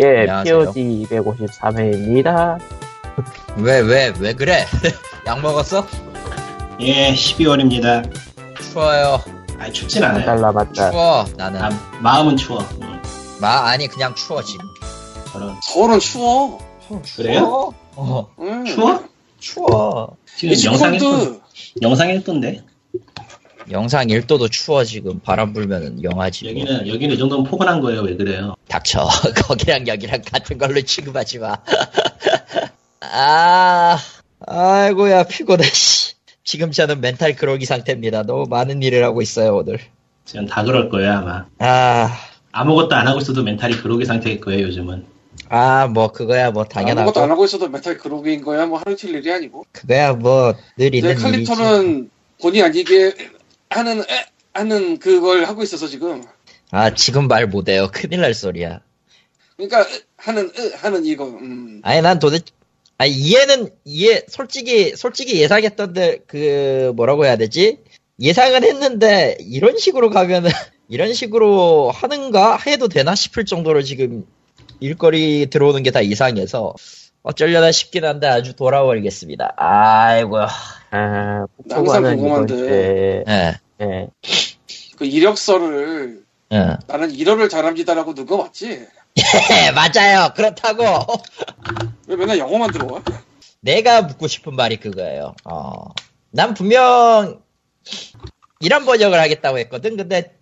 예, 안녕하세요. POG 253회입니다. 왜, 왜, 왜 그래? 약 먹었어? 예, 12월입니다. 추워요. 아, 춥진 네. 않아요. 맞달라, 맞달. 추워. 나는. 아, 마음은 추워. 음, 마, 아니, 그냥 추워, 지금. 저런. 서울은 추워. 그래요? 추워? 어, 응. 추워? 추워. 지금 영상에 또, 도 영상에 했던데. 영상 1도도 추워, 지금. 바람 불면은 영하지. 뭐. 여기는, 여기는 이 정도면 포근한 거예요. 왜 그래요? 닥쳐. 거기랑 여기랑 같은 걸로 취급하지 마. 아, 아이고야, 피곤해, 씨. 지금 저는 멘탈 그러기 상태입니다. 너무 많은 일을 하고 있어요, 오늘. 지금 다 그럴 거예요, 아마. 아, 아무것도 안 하고 있어도 멘탈이 그러기 상태일 거예요, 요즘은. 아, 뭐, 그거야, 뭐, 당연하고. 아무것도 안 하고 있어도 메탈 그룹인 거야. 뭐 하루 이틀 일이 아니고. 그거야, 뭐, 늘 이제 있는 일이지. 칼리터는 본의 아니게 하는 에, 하는 그걸 하고 있어서 지금. 아, 지금 말 못해요. 큰일 날 소리야. 그러니까 으, 하는 으, 하는 이거. 음. 아니 난 도대체 아니 이해는 이해 솔직히 솔직히 예상했던데 그 뭐라고 해야 되지 예상은 했는데 이런 식으로 가면은 이런 식으로 하는가 해도 되나 싶을 정도로 지금 일거리 들어오는 게 다 이상해서 어쩌려나 싶긴 한데 아주 돌아버리겠습니다 아이고 아, 항상 폭포가는 이번 궁금한데. 주에, 예, 예, 그 이력서를 예. 나는 일어를 잘합니다라고 누가 왔지? 맞아요 그렇다고 왜 맨날 영어만 들어와? 내가 묻고 싶은 말이 그거예요. 어, 난 분명 이런 번역을 하겠다고 했거든. 근데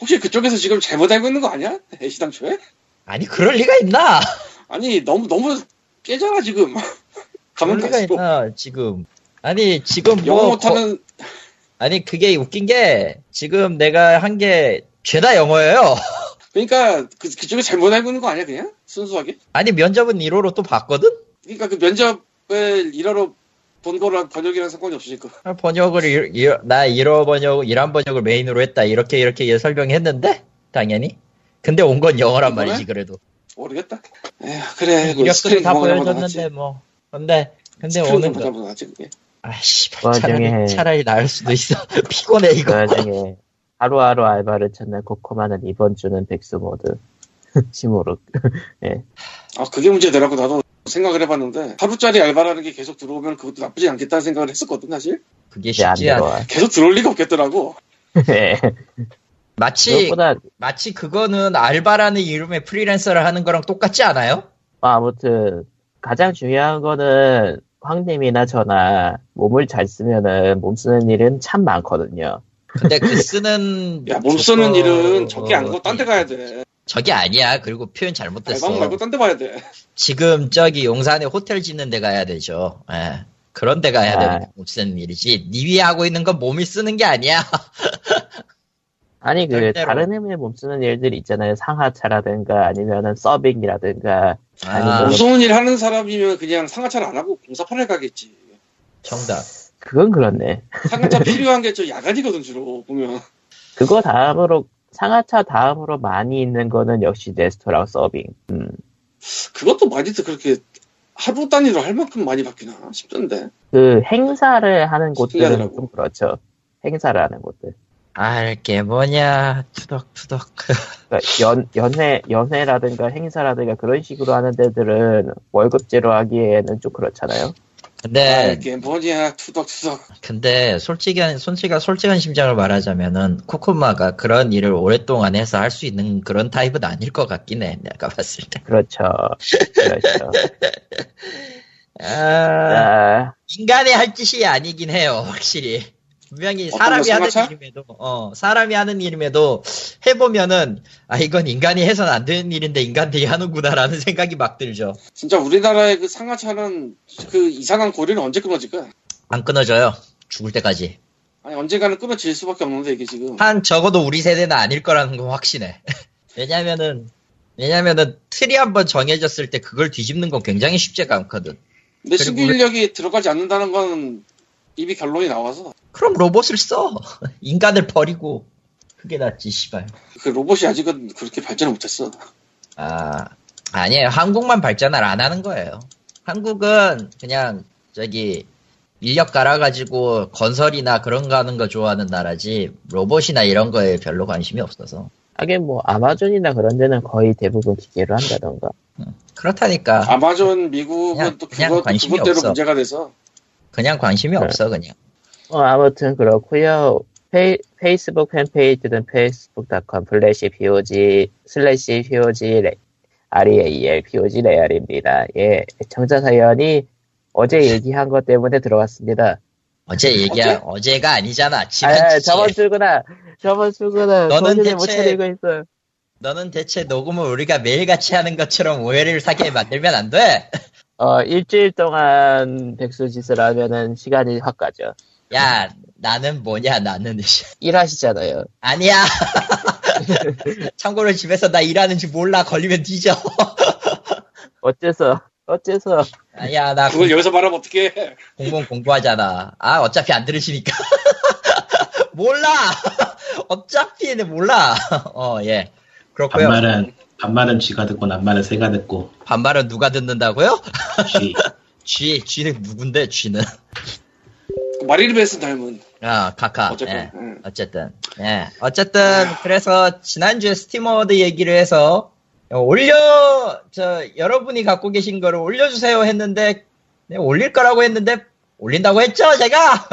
혹시 그쪽에서 지금 잘못 알고 있는 거 아니야? 애시당초에? 아니 그럴 리가 있나? 아니 너무 너무 깨잖아 지금. 그럴 가면 리가 갈수록 있나 지금? 아니 지금 뭐 영어 거- 못하는 아니 그게 웃긴 게 지금 내가 한 게 죄다 영어예요. 그러니까 그 그쪽에 잘못 알고 있는 거 아니야 그냥 순수하게? 아니 면접은 1호로 또 봤거든. 그러니까 그 면접을 일하러 본 거랑 번역이랑 상관이 없으니까. 아, 번역을 일- 일- 나 1호 번역 1한 번역을 메인으로 했다 이렇게 이렇게 설명했는데 당연히. 근데 온 건 영어란 그거네? 말이지 그래도. 모르겠다. 에휴, 그래. 그 이력서를 스크린 다 구멍이나 보여줬는데 보다 뭐 근데 근데 스크린 오는 보다 거 보다 지 그게. 아씨 그 와중에 차라리 차라리 나을 수도 있어 피곤해 그 이거 와중에 하루하루 알바를 찾는 코코마는 이번 주는 백수 모드. 심으로. 아 그게 문제더라고 나도 생각을 해봤는데 하루짜리 알바라는 게 계속 들어오면 그것도 나쁘지 않겠다는 생각을 했었거든 사실. 그게 이제 안 쉽지 않아 들어와. 계속 들어올 리가 없겠더라고. 예. 마치 그것보다, 마치 그거는 알바라는 이름의 프리랜서를 하는 거랑 똑같지 않아요? 아, 아무튼, 가장 중요한 거는 황님이나 저나 몸을 잘 쓰면은 몸 쓰는 일은 참 많거든요. 근데 그 쓰는 야 몸 조건- 쓰는 어, 일은 적게 안 가고 딴 데 가야 돼. 저게 아니야 그리고 표현 잘못됐어 알바 말고 딴 데 봐야 돼. 지금 저기 용산에 호텔 짓는 데 가야 되죠 예. 그런 데 가야 아. 되는 몸 쓰는 일이지 니 위에 하고 있는 건 몸이 쓰는 게 아니야 아니 그 절대로. 다른 의미의 몸쓰는 일들 있잖아요 상하차라든가 아니면은 서빙이라든가 아, 뭐- 몸 쓰는 일 하는 사람이면 그냥 상하차를 안 하고 공사판을 가겠지. 정답 그건 그렇네 상하차 필요한 게 저 야간이거든 주로 보면. 그거 다음으로 상하차 다음으로 많이 있는 거는 역시 레스토랑 서빙 음. 그것도 많이들 그렇게 하루 단위로 할 만큼 많이 바뀌나 싶던데. 그 행사를 하는 곳들은 신기하더라고. 좀 그렇죠 행사를 하는 곳들 알게 아, 뭐냐 투덕투덕 그러니까 연, 연회, 연회라든가 행사라든가 그런 식으로 하는 데들은 월급제로 하기에는 좀 그렇잖아요 아, 근데 이게 뭐냐 투덕투덕. 근데 솔직한 솔직한 솔직한 심장을 말하자면은 코코마가 그런 일을 오랫동안 해서 할 수 있는 그런 타입은 아닐 것 같긴 해 내가 봤을 때 그렇죠 그렇죠 아, 아, 인간이 할 짓이 아니긴 해요 확실히 분명히 어떤 사람이 거, 하는 상하차? 일임에도 어 사람이 하는 일임에도 해보면은 아 이건 인간이 해선 안 되는 일인데 인간들이 하는구나라는 생각이 막 들죠 진짜 우리나라의 그 상하차는 그 이상한 고리는 언제 끊어질까? 안 끊어져요 죽을 때까지 아니 언젠가는 끊어질 수밖에 없는데 이게 지금. 한 적어도 우리 세대는 아닐 거라는 건 확신해. 왜냐면은 왜냐면은 틀이 한번 정해졌을 때 그걸 뒤집는 건 굉장히 쉽지가 않거든. 근데 그리고 신규 인력이 들어가지 않는다는 건 이미 결론이 나와서 그럼 로봇을 써. 인간을 버리고 그게 낫지 씨발. 그 로봇이 아직은 그렇게 발전을 못했어. 아 아니에요. 한국만 발전을 안 하는 거예요. 한국은 그냥 저기 인력 갈아가지고 건설이나 그런 거 하는 거 좋아하는 나라지 로봇이나 이런 거에 별로 관심이 없어서 하긴 뭐 아마존이나 그런 데는 거의 대부분 기계로 한다던가. 그렇다니까 아마존 미국은 그냥- 또 그냥 그것 관심이 그것대로 없어. 문제가 돼서 그냥 관심이 네. 없어 그냥 어, 아무튼 그렇고요 페이, 페이스북 팬페이지는 facebook.com 슬래시 POG 슬래시 POG 레- E REAL POG 레알입니다. 예, 청자 사연이 어제 네. 얘기한 것 때문에 들어왔습니다. 어제 얘기한 어제? 가 아니잖아 아, 지난 아, 주에 저번 주구나. 저번 주구나. 너는 정신을 못 대체- 차리고 있어. 너는 대체 녹음을 우리가 매일같이 하는 것처럼 오해를 사게 만들면 안돼 어, 일주일 동안 백수 짓을 하면은 시간이 확 가죠. 야 나는 뭐냐 나는 일하시잖아요. 아니야 참고로 집에서 나 일하는지 몰라 걸리면 뒤져 어째서, 어째서. 아니야 나 그걸 여기서 말하면 어떻게 해? 공무원 공부하잖아. 아, 어차피 안 들으시니까. 몰라! 어차피는 몰라. 어, 예. 그렇고요 반말은 반말은 쥐가 듣고 낱말은 새가 듣고 반말은 누가 듣는다고요? 쥐 쥐, 쥐는 누군데, 쥐는. 마리르베스 닮은 아, 카카. 어쨌든 음. 예. 응. 어쨌든. 예. 어쨌든, 그래서, 지난주에 스팀워드 얘기를 해서, 어, 올려, 저, 여러분이 갖고 계신 거를 올려주세요 했는데, 네, 올릴 거라고 했는데, 올린다고 했죠, 제가?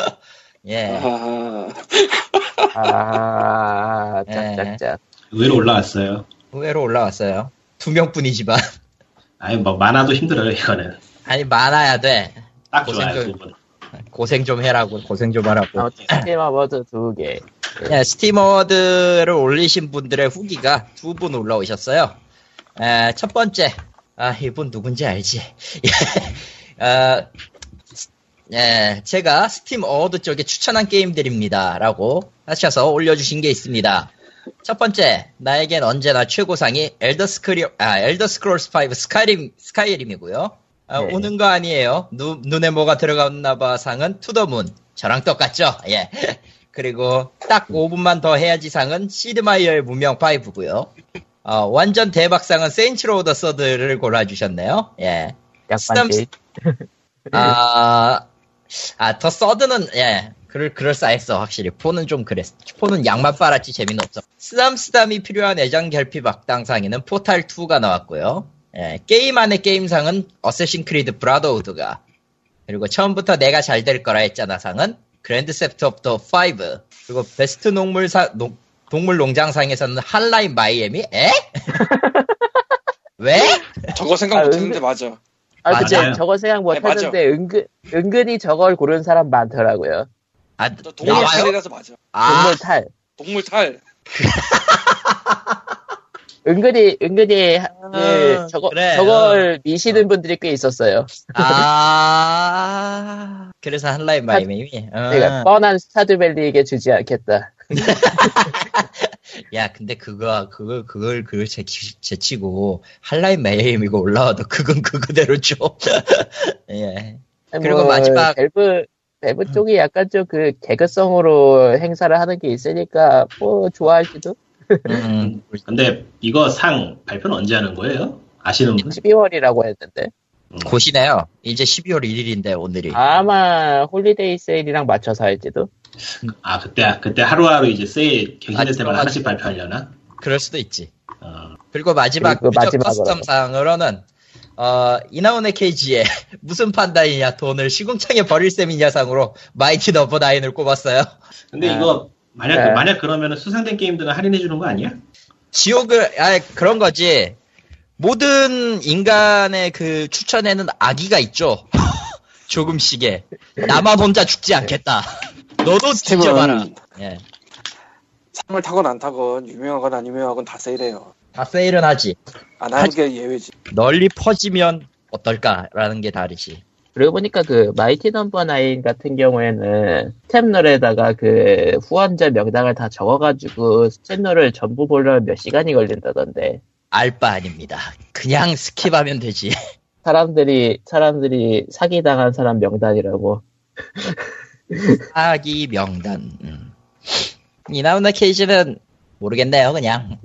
예. 아하. 아, 네. 짝짝짝. 의외로 올라왔어요. 의외로 올라왔어요. 두 명뿐이지만. 아니 뭐 많아도 힘들어요 이거는 아니, 많아야 돼. 딱그 고생들. 좋아요 두 분. 고생 좀 해라고, 고생 좀 하라고. 아무튼 스팀 어워드 두 개. 예, 스팀 어워드를 올리신 분들의 후기가 두 분 올라오셨어요. 에, 첫 번째. 아, 이분 누군지 알지? 예, 어, 스- 예, 제가 스팀 어워드 쪽에 추천한 게임들입니다. 라고 하셔서 올려주신 게 있습니다. 첫 번째, 나에겐 언제나 최고상이 엘더 스크리, 아, 엘더 스크롤스 5 스카이림, 스카이림이고요. 아, 네. 오는 거 아니에요. 눈, 눈에 뭐가 들어갔나봐 상은 투더문. 저랑 똑같죠? 예. 그리고 딱 5분만 더 해야지 상은 시드마이어의 무명 5고요. 어, 완전 대박상은 세인츠로우더 서드를 골라주셨네요. 예. 약반지. 아, 아, 더 서드는, 예, 그럴, 그럴싸했어, 확실히. 포는 좀 그랬어. 포는 양만 빨았지 재미는 없어. 쓰담쓰담이 필요한 애정 결핍 악당 상에는 포탈2가 나왔고요. 예, 게임 안의 게임상은 어쌔신 크리드 브라더우드가. 그리고 처음부터 내가 잘 될 거라 했잖아 상은 그랜드 세프트 오브 더5. 그리고 베스트 농물 사, 농, 동물 농장상에서는 한라인 마이애미? 에? 왜? 저거 아, 생각 은근- 못했는데 맞아. 아, 근데 맞아요. 저거 생각 못 네, 맞아. 하는데 은근, 은근히 저걸 고른 사람 많더라고요. 아, 너 동물 나와요? 탈이라서 맞아. 아, 동물 탈. 동물 탈. 은근히, 은근히, 하- 예, 저거, 아, 그래. 어. 저걸 미시는 분들이 꽤 있었어요. 아 그래서 한라인 마이메이 아. 그러니까 뻔한 스타드밸리에게 주지 않겠다. 야 근데 그거 그걸 그걸 그걸 제, 제치고 한라인 마이메이가 올라와도 그건 그거대로 좀예 그리고 마지막- 음. 벨브, 벨브 뭐, 쪽이 약간 좀 그 개그성으로 행사를 하는 게 있으니까, 뭐, 좋아할지도. 음, 근데 이거 상 발표는 언제 하는 거예요? 아시는 분? 12월이라고 했는데. 곧이네요 이제 12월 1일인데 오늘이 아마 홀리데이 세일이랑 맞춰서 할지도. 아 그때 그때 하루하루 이제 세일 아, 갱신될 때마다 들어가지. 하나씩 발표하려나? 그럴 수도 있지 어, 그리고 마지막 그리고 뮤적 마지막으로. 커스텀 상으로는 어, 이나온의 케이지에 무슨 판단이냐 돈을 시궁창에 버릴 셈이냐 상으로 마이티 너버 나인을 꼽았어요 근데 아. 이거 만약 네. 만약 그러면은 수상된 게임들은 할인해 주는 거 아니야? 지옥을 아 그런 거지 모든 인간의 그 추천에는 아기가 있죠 조금씩의 나만 혼자 죽지 않겠다 너도 죽여봐라 예다 상을 타건 안 타건 유명하건 안 유명하건 다 세일해요. 세일은 하지 안 하는 게 예외지. 널리 퍼지면 어떨까라는 게 다르지 그러고 보니까 그 마이티 넘버 나인 같은 경우에는 스탭널에다가 그 후원자 명단을 다 적어가지고 스탭널을 전부 보려면 몇 시간이 걸린다던데 알 바 아닙니다 그냥 스킵하면 되지 사람들이 사람들이 사기당한 사람 명단이라고 사기 명단 음. 이나우나 케이지는 모르겠네요 그냥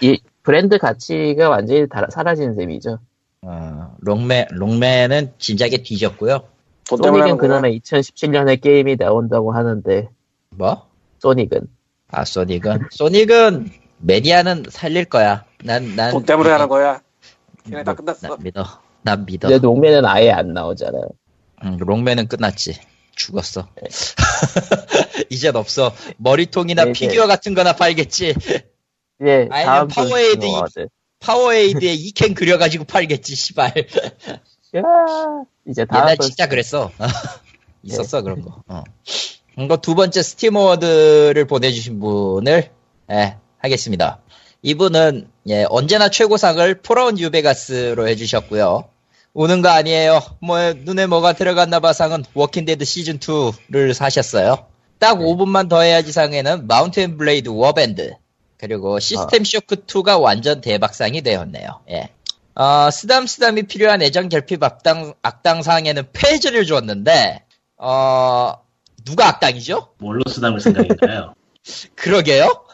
이 브랜드 가치가 완전히 다- 사라진 셈이죠. 어, 롱맨 롱맨은 진작에 뒤졌고요 돈 때문에 소닉은 하는 거야. 그나마 2017년에 게임이 나온다고 하는데 뭐 소닉은 아 소닉은 소닉은 매니아는 살릴 거야. 난 난 돈 때문에 하는 거야. 걔네 다 뭐, 끝났어. 난 믿어. 난 믿어. 근데 농매는 아예 안 나오잖아요. 음, 롱맨은 끝났지. 죽었어. 이젠 없어. 머리통이나 네, 네. 피규어 같은 거나 팔겠지. 예, 아니면 다음 파워에이드 분이 뭐 워드. 파워에이드에 이캔 그려가지고 팔겠지, 씨발. 야, 이제 네, 다음 옛날 분 진짜 그랬어. 있었어, 그런 거. 어. 이거 두 번째 스팀 어워드를 보내주신 분을, 예, 하겠습니다. 이분은, 예, 언제나 최고상을 프라운 유베가스로 해주셨고요 우는 거 아니에요. 뭐, 눈에 뭐가 들어갔나 봐 상은 워킹데드 시즌2를 사셨어요. 딱 5분만 더 해야지 상에는 마운틴 블레이드 워밴드. 그리고 시스템 쇼크2가 완전 대박상이 되었네요. 예. 어, 쓰담쓰담이 필요한 애정 결핍 악당, 악당상에는 폐지를 줬는데, 어, 누가 악당이죠? 뭐 뭘로 쓰담을 생각인가요? 그러게요?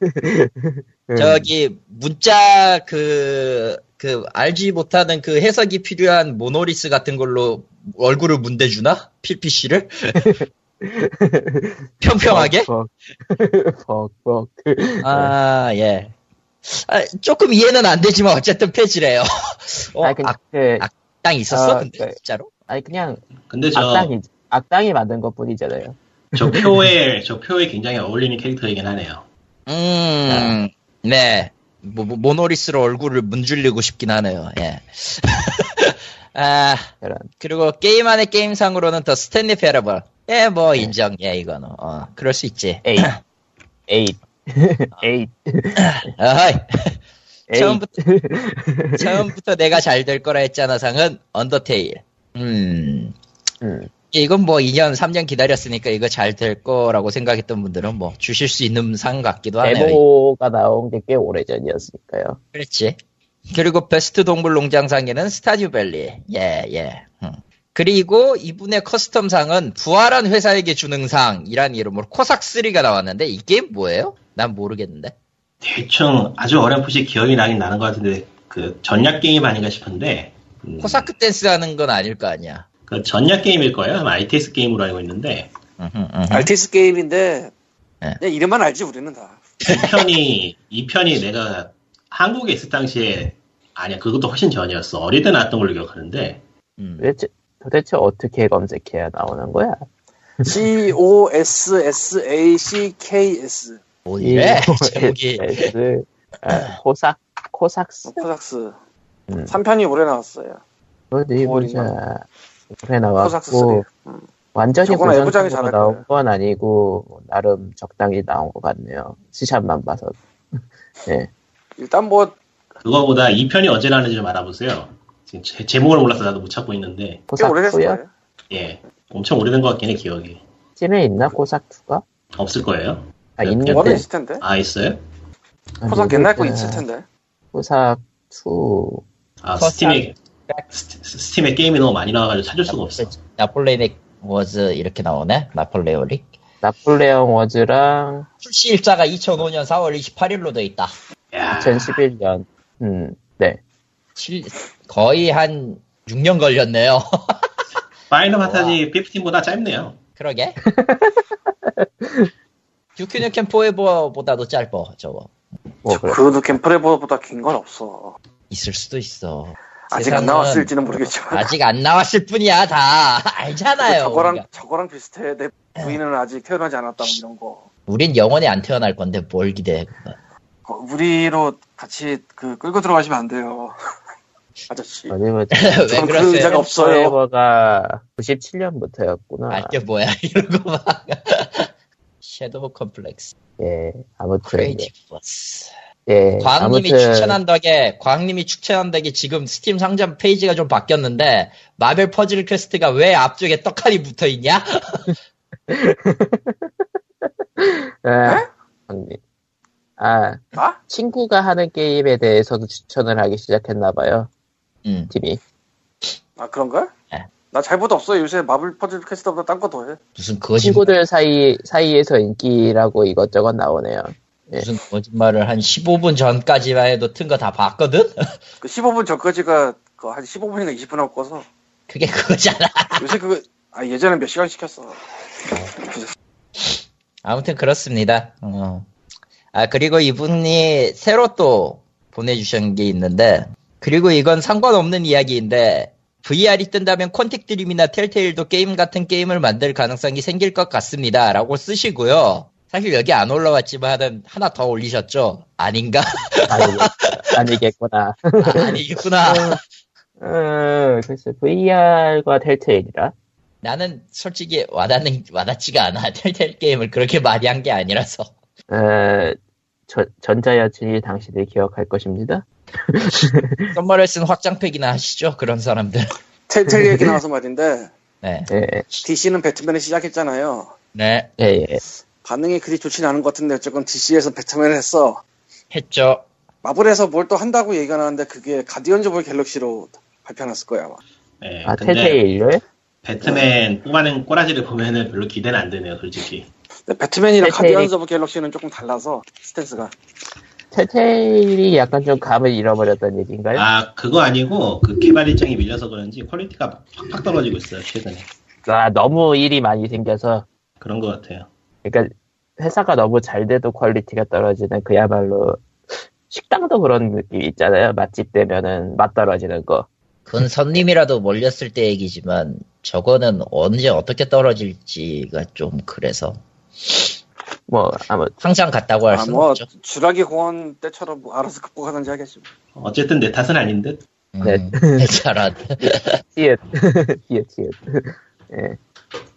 음, 저기, 문자 그, 그, 알지 못하는 그 해석이 필요한 모노리스 같은 걸로 얼굴을 문대주나? 필피씨를? 평평하게? 벅벅. 벅벅. 아, 예. 아, 조금 이해는 안 되지만 어쨌든 폐지래요. 어, 아니, 그냥, 그, 악- 악당 있었어? 아, 근데 네. 진짜로? 아니, 그냥 근데 저, 악당이, 악당이 만든 것 뿐이잖아요. 저 표에, 저 표에 굉장히 어울리는 캐릭터이긴 하네요. 음, 네. 모, 모- 모노리스로 얼굴을 문질리고 싶긴 하네요. 예. 아, 그런. 그리고 게임 안의 게임상으로는 더 스탠리 페러블. 예, 뭐 인정. 예, 이거는. 어, 그럴 수 있지. 네. 에잇. 에잇. 에잇. 어이. 에잇. 아. 처음부터 처음부터 내가 잘 될 거라 했잖아 상은 언더테일. 음. 음. 이건 뭐 2년, 3년 기다렸으니까 이거 잘 될 거라고 생각했던 분들은 뭐 주실 수 있는 상 같기도 하네요. 음. 데모가 나온 게 꽤 오래전이었으니까요. 그렇지. 그리고 베스트 동물 농장상에는 스타듀밸리. 예, 예. 음. 그리고 이분의 커스텀상은 부활한 회사에게 주는 상이란 이름으로 코삭3가 나왔는데 이게 뭐예요? 난 모르겠는데. 대충 아주 어렴풋이 기억이 나긴 나는 것 같은데, 그 전략 게임 아닌가 싶은데, 음, 코사크 댄스 하는 건 아닐 거 아니야. 그 전략 게임일 거예요. 아마 RTS 게임으로 알고 있는데, 음흠, 음흠. RTS 게임인데 네. 그냥 이름만 알지 우리는 다. 이편이이편이 내가 한국에 있을 당시에, 아니야, 그것도 훨씬 전이었어. 어릴 때 나왔던 걸로 기억하는데, 음. 도대체, 도대체 어떻게 검색해야 나오는 거야? C O S S A C K S 뭐래? 이- 예, 제목이. S- 아, 코삭, 코삭스? 뭐, 코삭스 음. 3편이 올해 나왔어요. 어디 보자. 올해 코삭스 3. 뭐 나왔고, 음. 완전히 저거는 고전 정도로 애부장이 잘할 나온 거예요. 건 아니고, 뭐 나름 적당히 나온 것 같네요. 시샷만 봐서. 네, 일단 뭐 그거보다 이편이 언제 나왔는지 좀 알아보세요. 지금 제- 제목을 몰라서 나도 못 찾고 있는데, 꽤 오래됐을 코삭2야? 거예요. 예. 엄청 오래된 것 같긴 해, 기억이. 찜에 있나? 코삭2가? 없을 거예요. 아, 네, 있는데. 원은 있을 텐데. 아, 있어요? 아, 코삭 옛날 음. 거 있을 텐데. 코삭2. 아, 퍼스트 스팀에, 스- 스팀에 게임이 너무 많이 나와가지고 찾을 수가 없어. 나폴레닉 워즈 이렇게 나오네. 나폴레오릭. 나폴레옹 워즈랑 출시 일자가 2005년 4월 28일로 돼 있다. 네. 야, 2011년. 음, 네. 칠- 거의 한 6년 걸렸네요. 파이널 판타지 15보다 짧네요. 그러게. 듀큐뉴캠 포에버보다도 짧어 저거. 뭐, 그래. 그래도 캠프레버보다 긴 건 없어. 있을 수도 있어. 아직 안 세상은 나왔을지는 모르겠지만. 아직 안 나왔을 뿐이야 다 알잖아요. 그러니까 저거랑 우리가. 예. 저거랑 비슷해. 내 부인은 아직 태어나지 않았다 뭐 이런 거. 우린 영원히 안 태어날 건데 뭘 기대해? 그건. 거- 우리로 같이 그 끌고 들어가시면 안 돼요. 아저씨. 어디 뭐 보자. 왜 저는 그런 그러세요? 의자가 없어요. 포에버가 97년부터였구나. 알게 아, 뭐야 이러고 막. 섀도우 컴플렉스. 예, 아무튼. 예. 크레이티브 버스. 네, 예, 광님이 아무튼 추천한 덕에 광님이 추천한 덕에 지금 스팀 상점 페이지가 좀 바뀌었는데 마벨 퍼즐 퀘스트가 왜 앞쪽에 떡하니 붙어 있냐? 예, 광님. 아, 아? 친구가 하는 게임에 대해서도 추천을 하기 시작했나봐요, 음. 팀이. 아 그런가? 네. 나 잘못 없어. 요새 마블 퍼즐 퀘스트보다 딴 거 더 해. 무슨 거짓말 친구들 사이, 사이에서 인기라고 이것저것 나오네요. 무슨 거짓말을 한 15분 전까지만 해도 튼 거 다 봤거든? 그 15분 전까지가 그 한 15분인가 20분 하고 꺼서 그게 그거잖아. 요새 그거 아 예전에 몇 시간씩 했어. 아무튼 그렇습니다. 어. 아 그리고 이분이 새로 또 보내주신 게 있는데 그리고 이건 상관없는 이야기인데 VR이 뜬다면 콘택 드림이나 텔테일도 게임 같은 게임을 만들 가능성이 생길 것 같습니다라고 쓰시고요. 사실 여기 안 올라왔지만 하나 더 올리셨죠? 아닌가? 아니겠- 아니겠구나. 아니겠구나. 음, 글쎄, VR과 텔테일이라. 나는 솔직히 와닿는 와닿지가 않아. 텔텔 게임을 그렇게 많이 한 게 아니라서. 어, 저- 전자여친이 당신을 기억할 것입니다. 썸머를 쓴 확장팩이나 하시죠. 그런 사람들. 텔텔 얘기 나와서 말인데 네. 예, DC는 배트맨을 시작했잖아요. 네. 예, 예. 반응이 그리 좋진 않은 것 같은데 어쨌건 DC에서 배트맨을 했어. 했죠. 마블에서 뭘 또 한다고 얘기가 나는데 그게 가디언즈 오브 갤럭시로 발표났을 거야 아마. 예, 아, 근데 텔테일을? 배트맨 꼬마는 꼬라지를 보면은 별로 기대는 안 되네요, 솔직히. 근데 배트맨이랑 텔테일이- 가디언즈 오브 갤럭시는 조금 달라서 스탠스가. 아, 텔테일이 약간 좀 감을 잃어버렸던 얘기인가요? 아 그거 아니고 그 개발 일정이 밀려서 그런지 퀄리티가 팍팍 떨어지고 있어요 최근에. 아, 너무 일이 많이 생겨서. 그런 것 같아요. 그러니까 회사가 너무 잘 돼도 퀄리티가 떨어지는 그야말로 식당도 그런 느낌 있잖아요. 맛집 되면은 맛 떨어지는 거. 그건 선님이라도 몰렸을 때 얘기지만 저거는 언제 어떻게 떨어질지가 좀 그래서 뭐 아무 항상 같다고 할 아, 수는 뭐 없죠. 주라기 공원 때처럼 뭐 알아서 극복하든지 하겠지. 뭐. 어쨌든 내 탓은 아닌 듯. 네. 음, 잘한. 티읕 티읕 티읕. 예.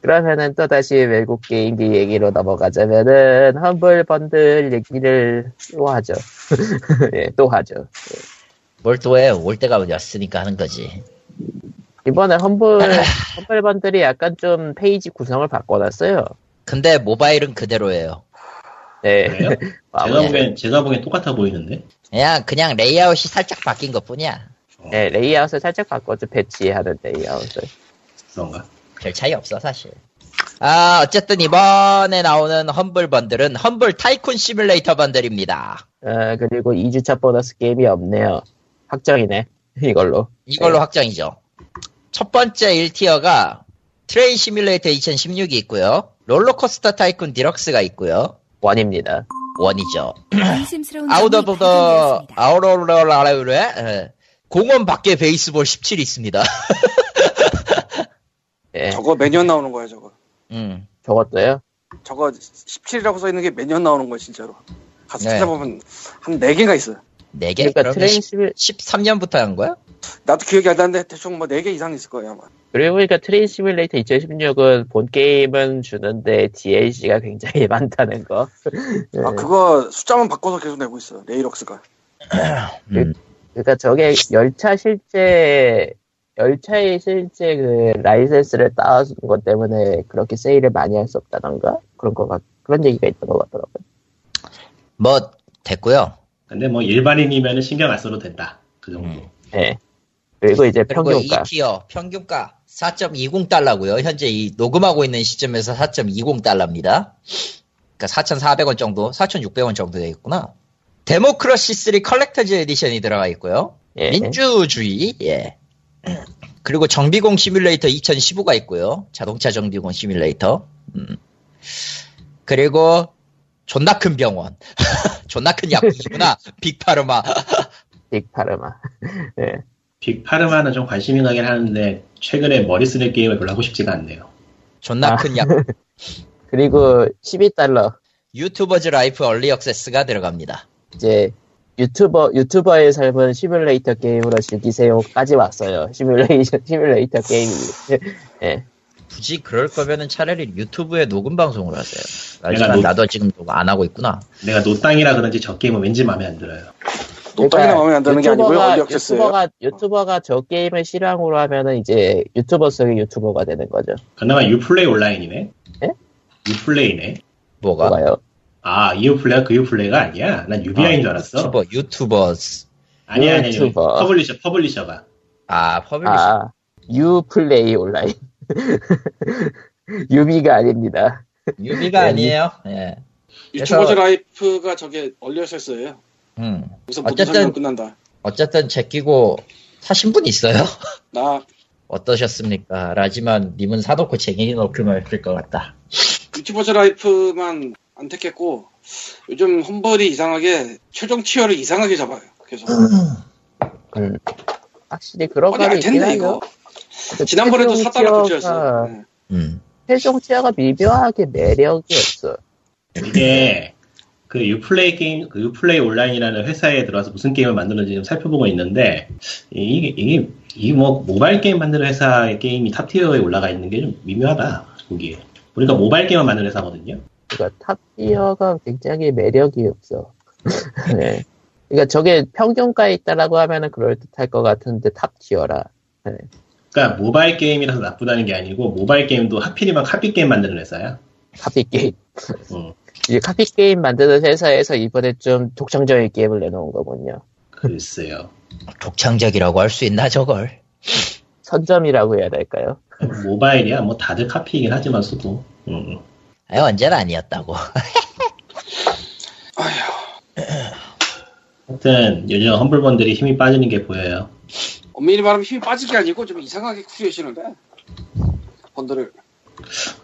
그러면은 또 다시 외국 게임기 얘기로 넘어가자면은 험블 번들 얘기를 또 하죠. 예, 또 하죠. 뭘 또 해? 올 때가 왔으니까 하는 거지. 이번에 험블 험블 번들이 약간 좀 페이지 구성을 바꿔놨어요. 근데 모바일은 그대로예요. 네. 그래요? 제가 아무튼 보기엔 제가 보기엔 똑같아 보이는데. 그냥 그냥 레이아웃이 살짝 바뀐 것뿐이야. 네, 레이아웃을 살짝 바꿔서 배치하는 레이아웃을. 그런가? 별 차이 없어 사실. 아 어쨌든 이번에 나오는 험블 번들은 험블 타이쿤 시뮬레이터 번들입니다. 어, 그리고 2주차 보너스 게임이 없네요. 확정이네. 이걸로. 이걸로 네. 확정이죠. 첫 번째 1티어가 트레인 시뮬레이터 2016이 있고요. 롤러코스터 타이쿤 디럭스가 있고요. 원입니다. 원이죠. 의심스러운 아웃 점이 오브 더 발견되었습니다. 아우로라라라에 예, 공원 밖에 베이스볼 17이 있습니다. 예. 저거 매년 나오는 거야 저거. 음. 저것도요? 저거 17이라고 써 있는 게 매년 나오는 거야 진짜로. 가서 네. 찾아보면 한 4개가 있어요. 네 개. 그러니까 그러니까 트레인 시뮬 13년부터 한 거야? 나도 기억이 안 나는데 대충 뭐 4개 이상 있을 거예요 아마. 그리고 보니까 트레인 시뮬레이터 2016은 본 게임은 주는데 DLC가 굉장히 많다는 거. 예, 네. 아 그거 숫자만 바꿔서 계속 내고 있어 레이럭스가 음. 그러니까 저게 열차 실제 열차의 실제 그 라이센스를 따온 것 때문에 그렇게 세일을 많이 할 수 없다던가 그런 거 같, 그런 얘기가 있던 것 같더라고요. 뭐 됐고요. 근데 뭐 일반인이면 신경 안 써도 된다. 그 정도. 음. 예. 그리고 이제 그리고 평균가. 2티어 평균가 4.20달러고요. 현재 이 녹음하고 있는 시점에서 4.20달러입니다. 그러니까 4,400원 정도, 4,600원 정도 되겠구나. 데모크러시 3 컬렉터즈 에디션이 들어가 있고요. 예. 민주주의, 예. 그리고 정비공 시뮬레이터 2015가 있고요. 자동차 정비공 시뮬레이터. 음. 그리고 존나 큰 병원. 존나 큰 약국이구나. 빅파르마. 빅파르마. 예. 빅파르마는 좀 관심이 가긴 하는데 최근에 머리 쓰는 게임을 별로 하고 싶지가 않네요. 존나 아. 큰 약. 그리고 12달러. 유튜버즈 라이프 얼리 억세스가 들어갑니다. 이제 유튜버 유튜버의 삶은 시뮬레이터 게임으로 즐기세요까지 왔어요. 시뮬레이션 시뮬레이터 게임. 예. 굳이 그럴 거면은 차라리 유튜브에 녹음 방송을 하세요. 내가 하지만 녹- 나도 지금 녹음 안 하고 있구나. 내가 노땅이라 그런지 저 게임은 왠지 마음에 안 들어요. 노땅이나 마음에 안 드는 게 아니고요 그러니까 유튜버가- 얼리 액세스예요 유튜버가 유튜버가 저 게임을 실황으로 하면은 이제 유튜버 속의 유튜버가 되는 거죠. 그나마 유플레이 온라인이네. 예? 유플레이네. 뭐가 뭐가요? 아, 이 유플레이가 그 유플레이가 아니야. 난 유비아인 줄 알았어. 유튜버 유튜버스 아니 아니 아니. 유튜버. 퍼블리셔 퍼블리셔가. 아 퍼블리셔 아 유플레이 온라인. 유비가 아닙니다. 유비가 네. 아니에요. 예. 유튜버즈 그래서- 라이프가 저게 얼리 액세스예요 음. 어쨌든- 무슨 모든 설명 끝난다 어쨌든 제끼고 사신 분 있어요? 나 어떠셨습니까? 라지만 님은 사놓고 쟁이는 놓기만 했을 것 같다. 뷰티버즈 라이프만 안 택했고 요즘 험벌이 이상하게 최종 티어를 이상하게 잡아요. 계속. 음. 확실히 그러니까 그런 아니 감이 있긴 알 텐데 하죠. 이거. 그 지난번에도 사다라 어 고치였어. 네. 음. 최종 티어가 미묘하게 매력이 없어. 이게 그 유플레이 게임, 그 유플레이 온라인이라는 회사에 들어와서 무슨 게임을 만드는지 좀 살펴보고 있는데 이게 이게 이 뭐 모바일 게임 만드는 회사의 게임이 탑 티어에 올라가 있는 게 좀 미묘하다 보기에. 우리가 모바일 게임만 만드는 회사거든요. 그러니까 탑 티어가 굉장히 매력이 없어. 네. 그러니까 저게 평균가에 있다라고 하면은 그럴 듯할 것 같은데 탑 티어라. 그러니까 모바일 게임이라서 나쁘다는 게 아니고 모바일 게임도 하필이면 카피 게임 만드는 회사야. 카피 게임. 음. 이 카피 게임 만드는 회사에서 이번에 좀 독창적인 게임을 내놓은 거군요. 글쎄요. 독창적이라고 할 수 있나 저걸? 선점이라고 해야 될까요? 모바일이야 뭐 다들 카피이긴 하지만 서도. 음. 아 언제나 아니었다고. 아휴. 하여튼 요즘 험블번들이 힘이 빠지는 게 보여요. 엄밀히 말하면 힘이 빠질 게 아니고 좀 이상하게 쿠리해시는데 번들을.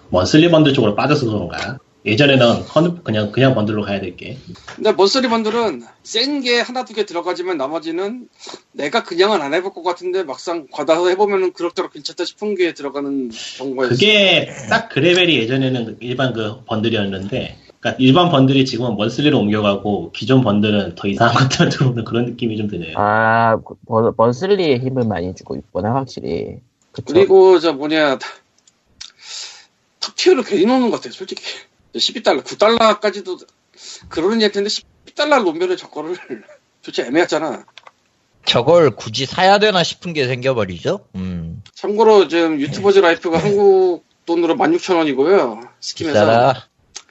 먼슬리 번들 쪽으로 빠져서 그런가? 예전에는 헌- 그냥 그냥 번들로 가야 될 게. 근데 머슬리 번들은 센 게 하나 두 개 들어가지만 나머지는 내가 그냥은 안 해볼 것 같은데 막상 과다로 해보면은 그럭저럭 괜찮다 싶은 게 들어가는 경우가 있어. 그게 딱 그레벨이 예전에는 일반 그 번들이었는데, 그러니까 일반 번들이 지금은 먼슬리로 옮겨가고 기존 번들은 더 이상한 것들만 들어오는 그런 느낌이 좀 드네요. 아, 먼- 먼슬리에 힘을 많이 주고 있구나, 확실히. 그쵸? 그리고 저 뭐냐 탑티어를 괜히 놓는 것 같아요 솔직히 12달러 9달러까지도 그러는 얘기인데 12달러 놓으면 저거를 도대체 애매하잖아 저걸 굳이 사야 되나 싶은 게 생겨버리죠. 음. 참고로 지금 유튜버즈 라이프가 한국 돈으로 16,000원이고요 스팀에서 비싸라.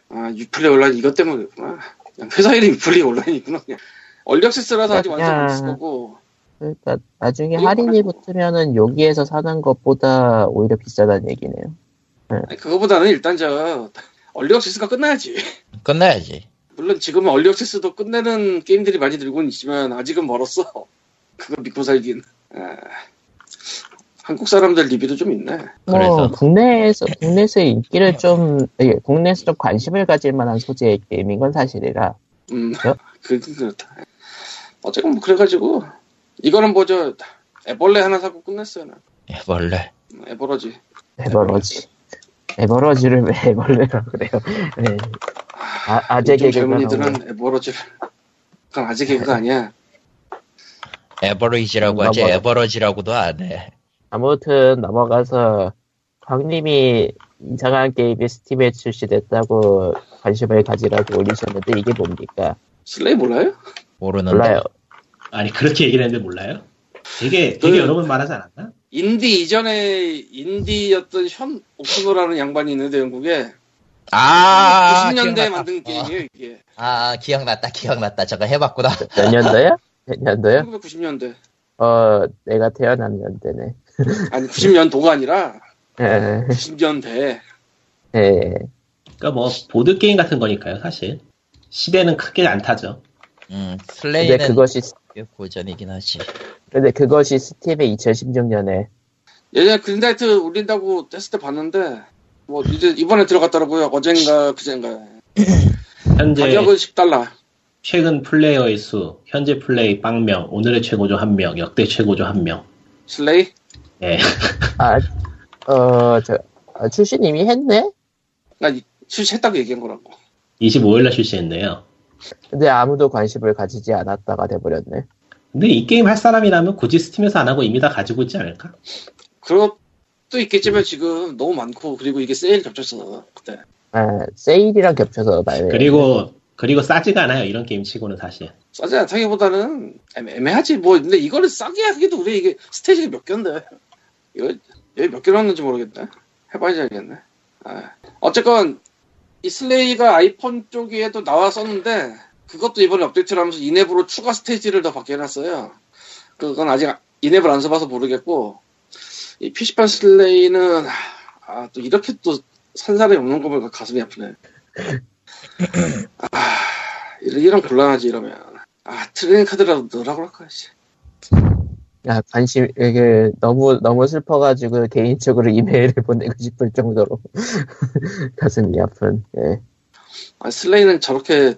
아 유플레이 온라인 이것 때문이구나 그냥 회사 이름 유플레이 온라인이구나 그냥 얼리액세스라서 아직 완성 못했을 거고 그러니까 나중에 이거 할인이 가지고. 붙으면은 여기에서 사는 것보다 오히려 비싸다는 얘기네요. 아니, 그거보다는 일단 저 얼리액세스가 끝나야지 끝내야지. 물론 지금은 얼리억세스도 끝내는 게임들이 많이 들고는 있지만 아직은 멀었어. 그거 믿고 살긴. 에. 한국 사람들 리뷰도 좀 있네. 뭐 그래서? 국내에서 국내에서의 인기를 좀 예, 국내에서 좀 관심을 가질 만한 소재의 게임인 건 사실이라 음, 어? 그 그렇다. 어쨌건 뭐 그래가지고 이거는 뭐저 애벌레 하나 사고 끝냈어요. 난. 원래 애벌어지. 에버러지 에버러지를 왜 에버러라 그래요? 예. 아 아재 요즘 개그가 젊은이들은 애벌어지를. 그건 아직 개그가 아니야. 에버리지라고 하지 넘어가. 에버러지라고도 안 해. 아무튼 넘어가서 광님이 이상한 게임이 스팀에 출시됐다고 관심을 가지라고 올리셨는데 이게 뭡니까? 슬레이 몰라요? 모르는데. 몰라요. 아니 그렇게 얘기를 했는데 몰라요? 되게 되게 그- 여러 번 말하지 않았나? 인디 이전에 인디였던 현 오쿠노라는 양반이 있는데 영국에 아 90년대에 기억났다. 만든 어. 게임이에요 이게. 아 기억났다 기억났다 저거 해봤구나. 몇 년도야? 몇 년도야? 1990년대. 어 내가 태어난 년대네. 아니 90년도가 아니라 예. 90년대. 예. 그러니까 뭐 보드 게임 같은 거니까요, 사실. 시대는 크게 안 타죠. 음 근데 슬레이는 그것이 꽤 고전이긴 하지. 근데 그것이 스팀에 2016년에 예전에 그린라이트 울린다고 했을 때 봤는데 뭐 이제 이번에 들어갔더라고요. 어젠가 그젠가. 현재 가격은 10달러. 최근 플레이어의 수, 현재 플레이 빵명 오늘의 최고조 한명 역대 최고조 한명 슬레이? 예. 아, 아어저 아, 출신 이미 했네? 나 출시했다고 얘기한 거라고. 25일날 출시했네요. 근데 아무도 관심을 가지지 않았다가 돼버렸네. 근데 이 게임 할 사람이라면 굳이 스팀에서 안 하고 이미 다 가지고 있지 않을까? 그것도 있겠지만 지금 너무 많고 그리고 이게 세일 겹쳤어 그때. 아, 세일이랑 겹쳐서 말이에요. 네. 그리고 그리고 싸지가 않아요 이런 게임 치고는 사실 싸지 않다기보다는 애매- 애매하지 뭐 근데 이거를 싸게 하기도 그래 이게 스테이지가 몇 개인데 이거 여기 몇 개로 왔는지 모르겠네 해봐야지 알겠네 아. 어쨌건 이 슬레이가 아이폰 쪽에도 나왔었는데 그것도 이번에 업데이트를 하면서 인앱으로 추가 스테이지를 더 받게 해놨어요 그건 아직 아- 인앱을 안 써봐서 모르겠고 이 PC판 슬레이는 아 또 이렇게 또 산 사람이 없는 거 보니까 가슴이 아프네 아 이런- 이런 곤란하지 이러면 아, 트레이닝 카드라도 넣으라고 할까, 씨. 야, 관심, 이게 너무, 너무 슬퍼가지고 개인적으로 이메일을 보내고 싶을 정도로 가슴이 아픈, 예. 아, 슬레이는 저렇게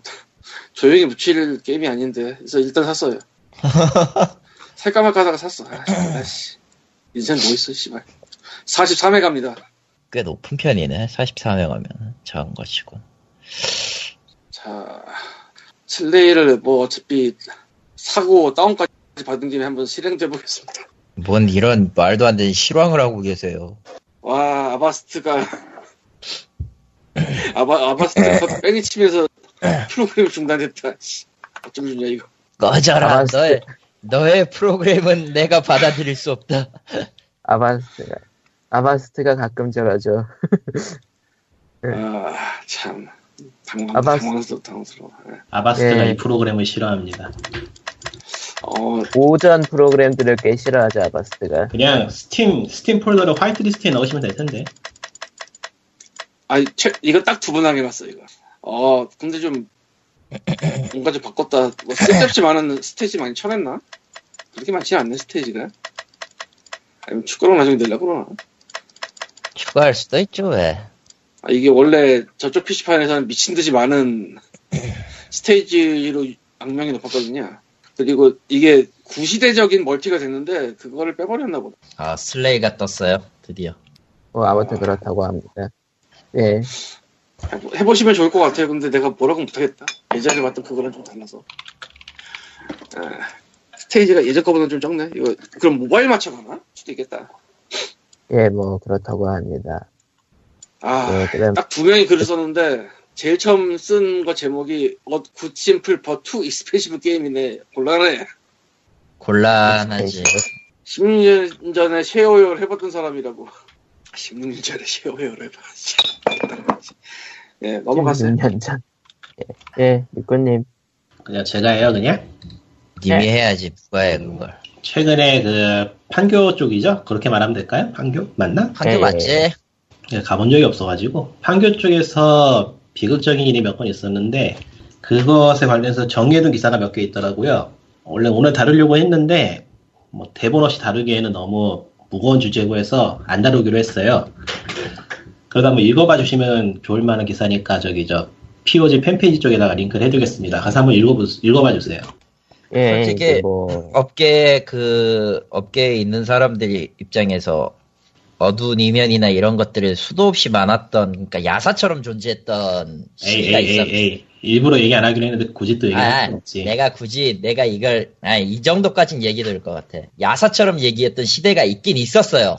조용히 묻힐 게임이 아닌데 그래서 일단 샀어요. 살까 말까 하다가 샀어. 아씨, 아씨. 인생 뭐 있어, 씨발. 43회 갑니다. 꽤 높은 편이네. 43회 가면 작은 것이고. 자, 슬레이를 뭐 어차피 사고 다운까지 받은 김에 한번 실행돼 보겠습니다. 뭔 이런 말도 안 되는 실황을 하고 계세요. 와, 아바스트가 아바 아바스트가 뺑이 치면서 프로그램 중단됐다. 씨. 어쩜 좋냐 이거. 꺼져라. 아바스트. 너의 너의 프로그램은 내가 받아들일 수 없다. 아바스트가, 아바스트가 가끔 저러죠. 아, 참 당황 아바스트. 당황스러워 당황스러워. 예. 아바스트가 예. 이 프로그램을 싫어합니다. 어, 오전 프로그램들을 꽤 싫어하죠, 아바스트가. 그냥 스팀 스팀 폴더를 화이트리스트에 넣으시면 될 텐데. 아니 최, 이거 딱 두 번 하게 봤어 이거. 어, 근데 좀 뭔가 좀 바꿨다. 뭐 쓸데없이 많은 스테이지 많이 쳐냈나? 그렇게 많지 않네 스테이지가. 아니면 축구로 나중에 내려고 그러나? 추가할 수도 있죠 왜? 아, 이게 원래 저쪽 PC판에서는 미친 듯이 많은 스테이지로 악명이 높았거든요. 그리고 이게 구시대적인 멀티가 됐는데 그거를 빼버렸나 보다. 아 슬레이가 떴어요 드디어. 뭐, 아무튼 그렇다고 합니다. 예. 해보- 해보시면 좋을 것 같아요. 근데 내가 뭐라고 못하겠다. 예전에 봤던 그거랑 좀 달라서. 아, 스테이지가 예전 거보다 좀 적네. 이거 그럼 모바일 맞춰가나? 수도 있겠다. 예, 뭐, 그렇다고 합니다. 아, 예, 그다음, 딱 두 명이 글을 썼는데 제일 처음 쓴 거 제목이 어, 굿 심플 버투 익스펜시브 게임이네. 곤란해. 아, 곤란하지. 예, 네. 16년 전에 쉐어웨어를 해봤던 사람이라고. 16년 전에 쉐어웨어를 해봤지. 예, 넘어갔어요. 16년 전. 예, 예, 미꾸님. 그냥 제가 해요 그냥. 님이 해야지 누가 해 그걸. 최근에 그 판교 쪽이죠? 그렇게 말하면 될까요? 판교 맞나? 한교 예, 맞지? 예, 가본 적이 없어가지고 판교 쪽에서 비극적인 일이 몇 건 있었는데 그것에 관련해서 정리해둔 기사가 몇 개 있더라고요. 원래 오늘 다루려고 했는데 뭐 대본 없이 다루기에는 너무 무거운 주제고 해서 안 다루기로 했어요. 그러다 한번 읽어봐 주시면 좋을 만한 기사니까 저기 저 POG 팬페이지 쪽에다가 링크를 해두겠습니다. 가서 한번 읽어보, 읽어봐 주세요. 예, 솔직히- 이제 뭐, 업계 그 업계에 있는 사람들이 입장에서 어두운 이면이나 이런 것들이 수도 없이 많았던 그러니까 야사처럼 존재했던 에이, 시기가 에이, 에이, 있었. 에이. 일부러 얘기 안 하기로 했는데 굳이 또 얘기할 아, 수는 없지. 내가 굳이 내가 이걸 아, 이 정도까진 얘기 들을 것 같아. 야사처럼 얘기했던 시대가 있긴 있었어요.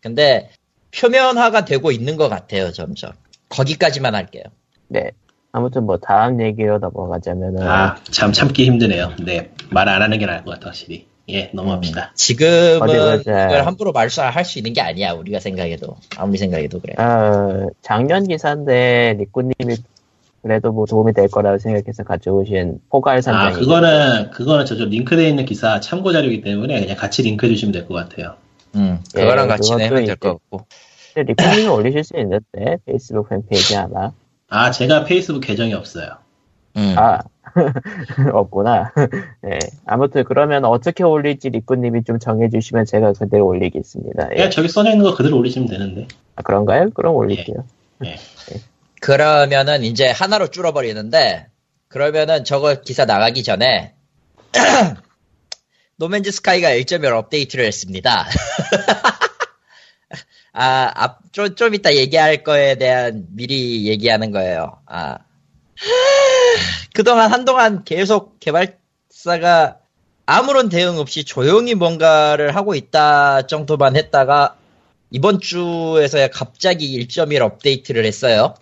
근데 표면화가 되고 있는 것 같아요 점점. 거기까지만 할게요. 네. 아무튼 뭐, 다음 얘기로 넘어가자면은. 아, 참 참기 힘드네요. 네, 말 안 하는 게 나을 것 같아, 확실히. 예, 넘어갑시다. 어디 지금은 보자. 그걸 함부로 말할 수 있는 게 아니야 우리가 생각해도 아무리 생각해도 그래. 어, 작년 기사인데 리꾸님이 그래도 뭐 도움이 될 거라고 생각해서 가져오신 포괄 아, 네. 산장. 그거는, 그거는 저쪽 링크되어 있는 기사 참고 자료이기 때문에 그냥 같이 링크해 주시면 될 것 같아요. 음, 예, 그거랑 같이 그것도 내면 이제- 될 것 같고. 리꾸님이 올리실 수 있는데 페이스북 팬페이지 아마. 아, 제가 페이스북 계정이 없어요. 음. 아 없구나. 예. 아무튼 그러면 어떻게 올릴지 리꾸님이 좀 정해주시면 제가 그대로 올리겠습니다. 네. 예. 그냥 저기 써져 있는 거 그대로 올리시면 되는데. 예, 아, 그런가요? 그럼 올릴게요. 그러면은 이제 하나로 줄어버리는데 그러면은 저거 기사 나가기 전에 노맨즈 스카이가 1.1 업데이트를 했습니다. 아, 앞, 좀, 좀 이따 얘기할 거에 대한 미리 얘기하는 거예요. 아. 그동안 한동안 계속 개발사가 아무런 대응 없이 조용히 뭔가를 하고 있다 정도만 했다가 이번 주에서야 갑자기 1.1 업데이트를 했어요.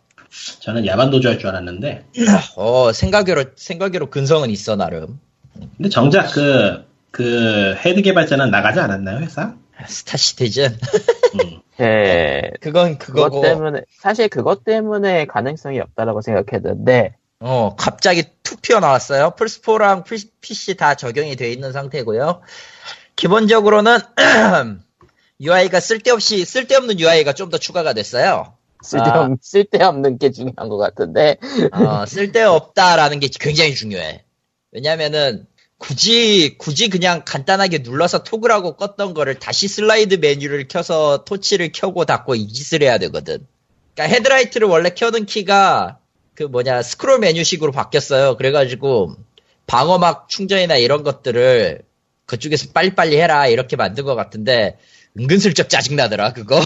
저는 야반도주 할 줄 알았는데. 어, 생각외로, 생각외로 근성은 있어, 나름. 근데 정작 그, 그 헤드 개발자는 나가지 않았나요, 회사? 스타 시티즌. 음. 예. 그건 그것 그거고. 뭐 때문에 사실 그것 때문에 가능성이 없다라고 생각했는데 어, 갑자기 툭 튀어나왔어요. 플스4랑 PC 다 적용이 돼 있는 상태고요. 기본적으로는 UI가 쓸데없이, 쓸데없는 UI가 좀 더 추가가 됐어요. 쓸데없, 쓸데없는 게 중요한 것 같은데 어, 쓸데없다라는 게 굉장히 중요해. 왜냐면은 굳이 굳이 그냥 간단하게 눌러서 토글하고 껐던 거를 다시 슬라이드 메뉴를 켜서 토치를 켜고 닫고 이 짓을 해야 되거든. 그러니까 헤드라이트를 원래 켜는 키가 그 뭐냐 스크롤 메뉴식으로 바뀌었어요. 그래가지고 방어막 충전이나 이런 것들을 그쪽에서 빨리빨리 해라 이렇게 만든 것 같은데 은근슬쩍 짜증나더라 그거.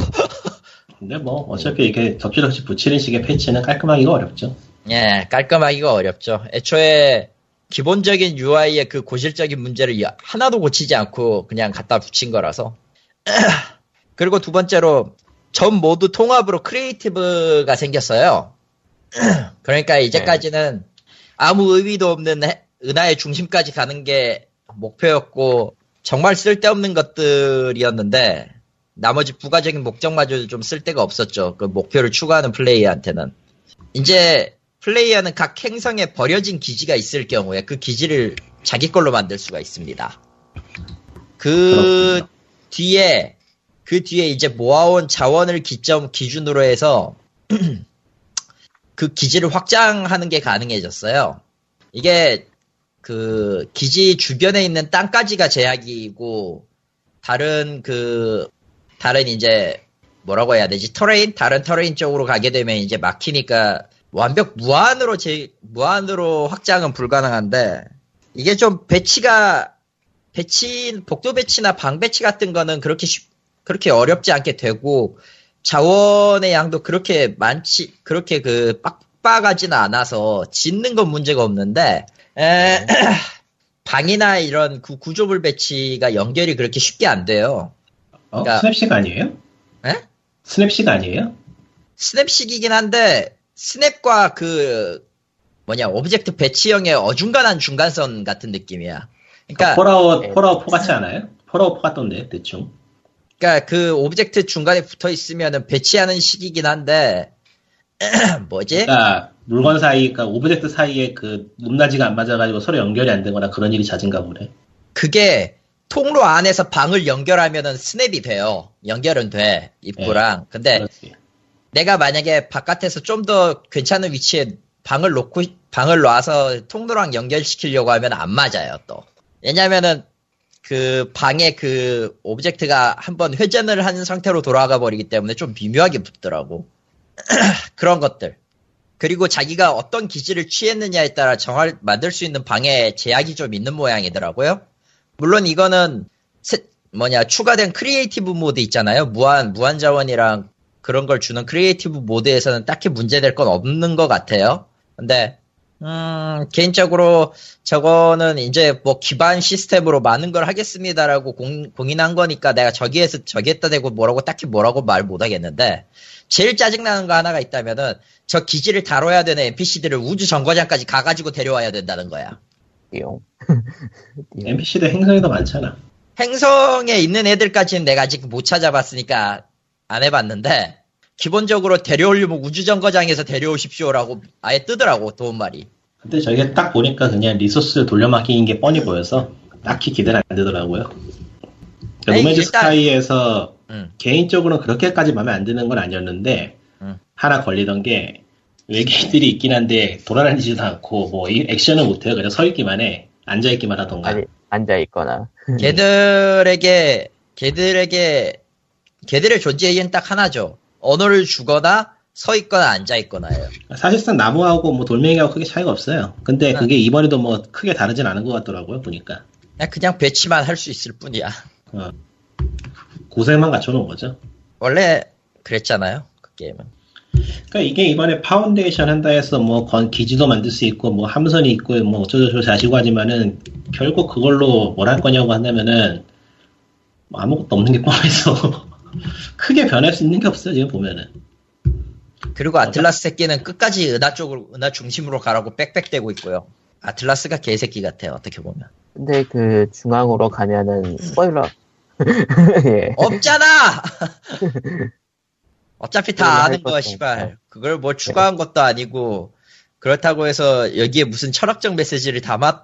근데 뭐 어차피 이렇게 덕지덕지 붙이는 식의 패치는 깔끔하기가 어렵죠. 예, 깔끔하기가 어렵죠. 애초에 기본적인 UI의 그 고질적인 문제를 야- 하나도 고치지 않고 그냥 갖다 붙인 거라서. 그리고 두 번째로 전 모두 통합으로 크리에이티브가 생겼어요. 그러니까 이제까지는 아무 의미도 없는 해- 은하의 중심까지 가는 게 목표였고 정말 쓸데없는 것들이었는데 나머지 부가적인 목적마저도 좀 쓸데가 없었죠. 그 목표를 추구하는 플레이한테는. 이제 플레이어는 각 행성에 버려진 기지가 있을 경우에 그 기지를 자기 걸로 만들 수가 있습니다. 그 그렇군요. 뒤에 그 뒤에 이제 모아온 자원을 기점 기준으로 해서 그 기지를 확장하는 게 가능해졌어요. 이게 그 기지 주변에 있는 땅까지가 제약이고 다른 그 다른 이제 뭐라고 해야 되지 터레인 다른 터레인 쪽으로 가게 되면 이제 막히니까 완벽 무한으로 제 무한으로 확장은 불가능한데 이게 좀 배치가 배치 복도 배치나 방 배치 같은 거는 그렇게 쉽 그렇게 어렵지 않게 되고 자원의 양도 그렇게 많지 그렇게 그 빡빡하진 않아서 짓는 건 문제가 없는데 에, 방이나 이런 구- 구조물 배치가 연결이 그렇게 쉽게 안 돼요. 어? 그러니까- 스냅식 아니에요? 에? 스냅식 아니에요? 스냅식이긴 한데 스냅과 그 뭐냐 오브젝트 배치형의 어중간한 중간선 같은 느낌이야. 그러니까 네. 폴아웃 폴아웃 포 같지 않아요? 폴아웃 포 같던데 대충. 그러니까 그 오브젝트 중간에 붙어 있으면은 배치하는 식이긴 한데 뭐지? 그러니까 물건 사이, 그러니까 오브젝트 사이에 그 높낮이가 안 맞아가지고 서로 연결이 안 되거나 그런 일이 잦은가 보네. 그게 통로 안에서 방을 연결하면은 스냅이 돼요. 연결은 돼 입구랑. 근데 그렇지. 내가 만약에 바깥에서 좀 더 괜찮은 위치에 방을 놓고 방을 놔서 통로랑 연결시키려고 하면 안 맞아요 또 왜냐면은 그 방에 그 오브젝트가 한번 회전을 하는 상태로 돌아가 버리기 때문에 좀 미묘하게 붙더라고 그런 것들 그리고 자기가 어떤 기지를 취했느냐에 따라 정할 만들 수 있는 방에 제약이 좀 있는 모양이더라고요 물론 이거는 세- 뭐냐 추가된 크리에이티브 모드 있잖아요 무한 무한 자원이랑 그런 걸 주는 크리에이티브 모드에서는 딱히 문제될 건 없는 것 같아요. 근데 음, 개인적으로 저거는 이제 뭐 기반 시스템으로 많은 걸 하겠습니다라고 공, 공인한 거니까 내가 저기에서 저기 했다 대고 뭐라고 딱히 뭐라고 말 못하겠는데 제일 짜증나는 거 하나가 있다면은 저 기지를 다뤄야 되는 NPC들을 우주 정거장까지 가가지고 데려와야 된다는 거야. 띠용. NPC도 행성이 더 많잖아. 행성에 있는 애들까지는 내가 아직 못 찾아봤으니까 안 해봤는데 기본적으로 데려오려면 우주정거장에서 데려오십시오라고 아예 뜨더라고 도움말이 근데 저게 딱 보니까 그냥 리소스 돌려막기인 게 뻔히 보여서 딱히 기대는 안 되더라고요. 그러니까 아니, 노매즈 일단- 스카이에서 음. 개인적으로는 그렇게까지 마음에 안 드는 건 아니었는데 음. 하나 걸리던 게 외계인들이 있긴 한데 돌아다니지도 않고 뭐이 액션을 못해요. 그냥 서 있기만 해. 앉아 있기만 하던가. 아니, 앉아있거나. 걔들에게 걔들에게 걔들의 존재 이유는 딱 하나죠 언어를 주거나 서 있거나 앉아 있거나요 사실상 나무하고 뭐 돌멩이하고 크게 차이가 없어요. 근데 네. 그게 이번에도 뭐 크게 다르진 않은 것 같더라고요. 보니까 어. 그냥, 그냥 배치만 할 수 있을 뿐이야 고생만 갖춰놓은 거죠. 원래 그랬잖아요 그 게임은 그러니까 이게 이번에 파운데이션 한다 해서 뭐 건- 기지도 만들 수 있고 뭐 함선이 있고 뭐 어쩌고저쩌고 자시고 하지만은 결국 그걸로 뭘 할 거냐고 한다면은 뭐 아무것도 없는 게 뻔해서 크게 변할 수 있는 게 없어요. 지금 보면은 그리고 아틀라스 새끼는 끝까지 은하 쪽으로 은하 중심으로 가라고 빽빽대고 있고요 아틀라스가 개새끼 같아요 어떻게 보면 근데 그 중앙으로 가면은 스포일러. 예. 어? 없잖아. 어차피 그걸 다 할 아는 거야, 것도 씨발. 없고. 그걸 뭘 추가한 것도 아니고 그렇다고 해서 여기에 무슨 철학적 메시지를 담았나?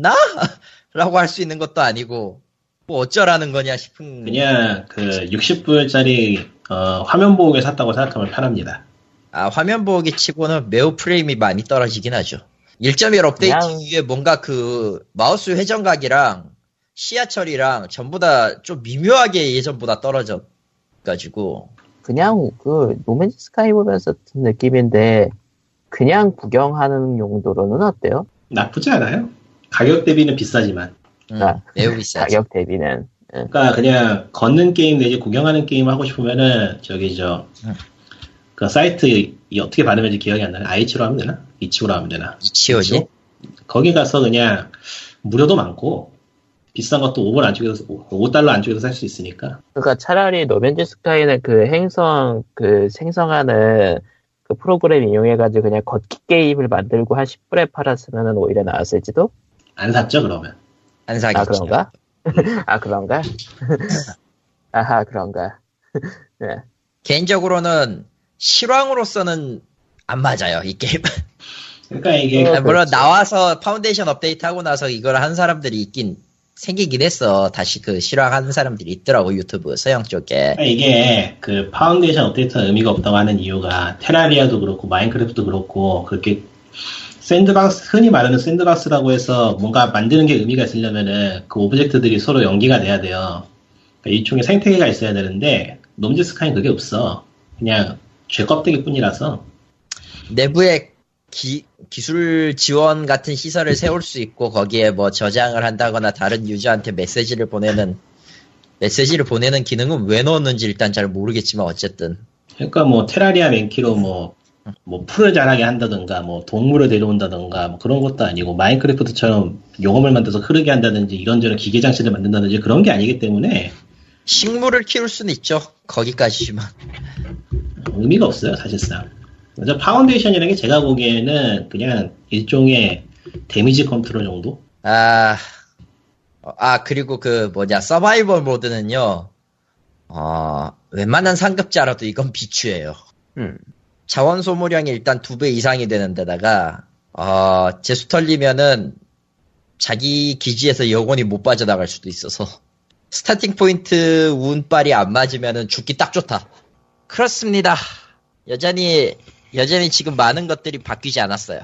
라고 할 수 있는 것도 아니고 뭐 어쩌라는 거냐 싶은 그냥 그 60불짜리 어, 화면 보호기 샀다고 생각하면 편합니다. 아 화면 보기 치고는 매우 프레임이 많이 떨어지긴 하죠. 1.1 업데이트 그냥- 이후에 뭔가 그 마우스 회전각이랑 시야 처리랑 전부 다 좀 미묘하게 예전보다 떨어져 가지고 그냥 그 노맨즈 스카이 보면서 든 느낌인데 그냥 구경하는 용도로는 어때요? 나쁘지 않아요. 가격 대비는 비싸지만. 음, 아, 매우 비싸죠. 가격 대비는 그러니까 그냥 걷는 게임 내지 구경하는 게임 하고 싶으면은 저기 응. 저그 사이트 이 어떻게 발음인지 기억이 안 나네. 아이치로 하면 되나? 이치로 하면 되나? 이치오지? 거기 가서 그냥 무료도 많고 비싼 것도 5불 안쪽에서 5달러 안쪽에서 살 수 있으니까 그러니까 차라리 노맨즈 스카이는 그 행성 그 생성하는 그 프로그램 이용해가지고 그냥 걷기 게임을 만들고 한 10불에 팔았으면 오히려 나았을지도? 안 샀죠 그러면. 안 사겠지. 아 그런가? 아 그런가? 아하 그런가? 네. 개인적으로는 실황으로서는 안 맞아요 이 게임. 그러니까 이게 어. 아니, 물론 그렇지. 나와서 파운데이션 업데이트 하고 나서 이걸 한 사람들이 있긴 생기긴 했어. 다시 그 실황하는 사람들이 있더라고 유튜브 서양 쪽에. 그러니까 이게 그 파운데이션 업데이트는 의미가 없다고 하는 이유가 테라리아도 그렇고 마인크래프트도 그렇고 그렇게 샌드박스 흔히 말하는 샌드박스라고 해서 뭔가 만드는 게 의미가 있으려면은 그 오브젝트들이 서로 연기가 돼야 돼요. 그러니까 일종의 생태계가 있어야 되는데 놈즈 스카이는 그게 없어. 그냥 죄 껍데기뿐이라서 내부에 기, 기술 지원 같은 시설을 세울 수 있고 거기에 뭐 저장을 한다거나 다른 유저한테 메시지를 보내는 메시지를 보내는 기능은 왜 넣었는지 일단 잘 모르겠지만 어쨌든 그러니까 뭐 테라리아 맨키로 뭐, 뭐 풀을 자라게 한다든가 뭐 동물을 데려온다든가 뭐 그런 것도 아니고 마인크래프트처럼 용암을 만들어서 흐르게 한다든지 이런저런 기계 장치를 만든다든지 그런 게 아니기 때문에 식물을 키울 수는 있죠 거기까지지만 의미가 없어요 사실상. 그래서 파운데이션이라는 게 제가 보기에는 그냥 일종의 데미지 컨트롤 정도? 아, 어, 아, 그리고 그 뭐냐, 서바이벌 모드는요, 어, 웬만한 상급자라도 이건 비추예요. 음. 자원 소모량이 일단 두 배 이상이 되는 데다가, 어, 제수 털리면은 자기 기지에서 영원히 못 빠져나갈 수도 있어서. 스타팅 포인트 운빨이 안 맞으면은 죽기 딱 좋다. 그렇습니다. 여전히, 여전히 지금 많은 것들이 바뀌지 않았어요.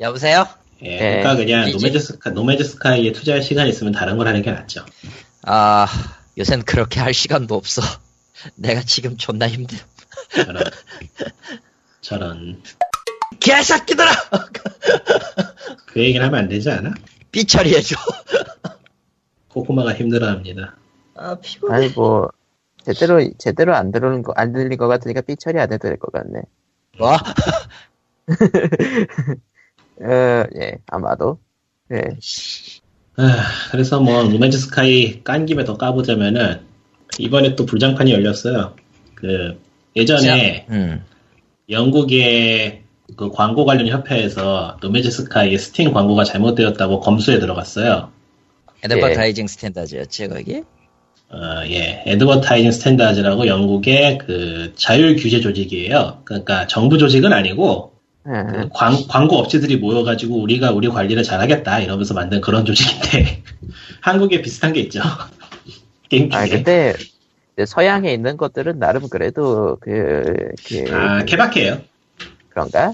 여보세요? 예, 그러니까 그냥 이제- 노매즈 스카, 노매즈 스카이에 투자할 시간이 있으면 다른 걸 하는 게 낫죠. 아, 요샌 그렇게 할 시간도 없어. 내가 지금 존나 힘들어. 저런. 저런. 개새끼들아! 그 얘기를 하면 안 되지 않아? 삐처리해줘. 코코마가 힘들어합니다. 아, 피곤해. 아니 뭐 제대로 제대로 안 들어오는 거 안 들린 것 같으니까 삐처리 안 해도 될 것 같네. 뭐? 어, 예 아마도 예 아, 그래서 뭐 로맨즈 스카이 깐 김에 더 까보자면은 이번에 또 불장판이 열렸어요. 그 예전에 음. 영국의 그 광고 관련 협회에서 로맨즈 스카이의 스팀 광고가 잘못되었다고 검수에 들어갔어요. 에드버타이징 스탠다드였지, 거기? 어, 예, 에드버타이징 스탠다드라고 영국의 그 자율 규제 조직이에요. 그러니까 정부 조직은 아니고 예. 그 광, 광고 업체들이 모여가지고 우리가 우리 관리를 잘하겠다 이러면서 만든 그런 조직인데 한국에 비슷한 게 있죠. 게임 중에. 아 근데 이제 서양에 있는 것들은 나름 그래도 그, 그 아, 케바케예요. 그런가?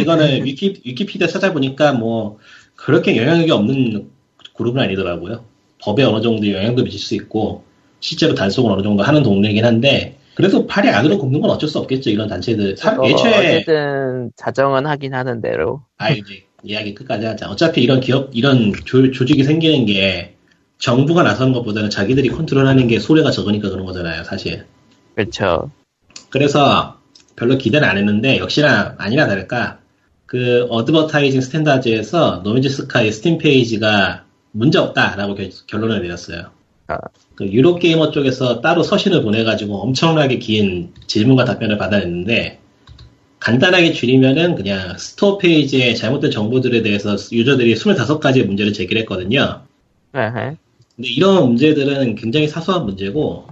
이거는 위키, 위키피디아 찾아보니까 뭐 그렇게 영향력이 없는 그룹은 아니더라고요. 법에 어느 정도 영향도 미칠 수 있고 실제로 단속을 어느 정도 하는 동네이긴 한데 그래도 팔이 안으로 굽는 건 어쩔 수 없겠죠. 이런 단체들 사- 어, 예초에 어쨌든 자정은 하긴 하는 대로 아 이제 이야기 끝까지 하자. 어차피 이런 기업 이런 조, 조직이 생기는 게 정부가 나서는 것보다는 자기들이 컨트롤하는 게 소리가 적으니까 그런 거잖아요, 사실. 그렇죠. 그래서 별로 기대는 안 했는데 역시나 아니나 다를까 그 어드버타이징 스탠다드에서 노미즈 스카이 스팀 페이지가 문제 없다라고 결- 결론을 내렸어요. 아. 그 유로 게이머 쪽에서 따로 서신을 보내가지고 엄청나게 긴 질문과 답변을 받아냈는데 간단하게 줄이면은 그냥 스토어 페이지에 잘못된 정보들에 대해서 유저들이 25가지의 문제를 제기했거든요. 아하. 근데 이런 문제들은 굉장히 사소한 문제고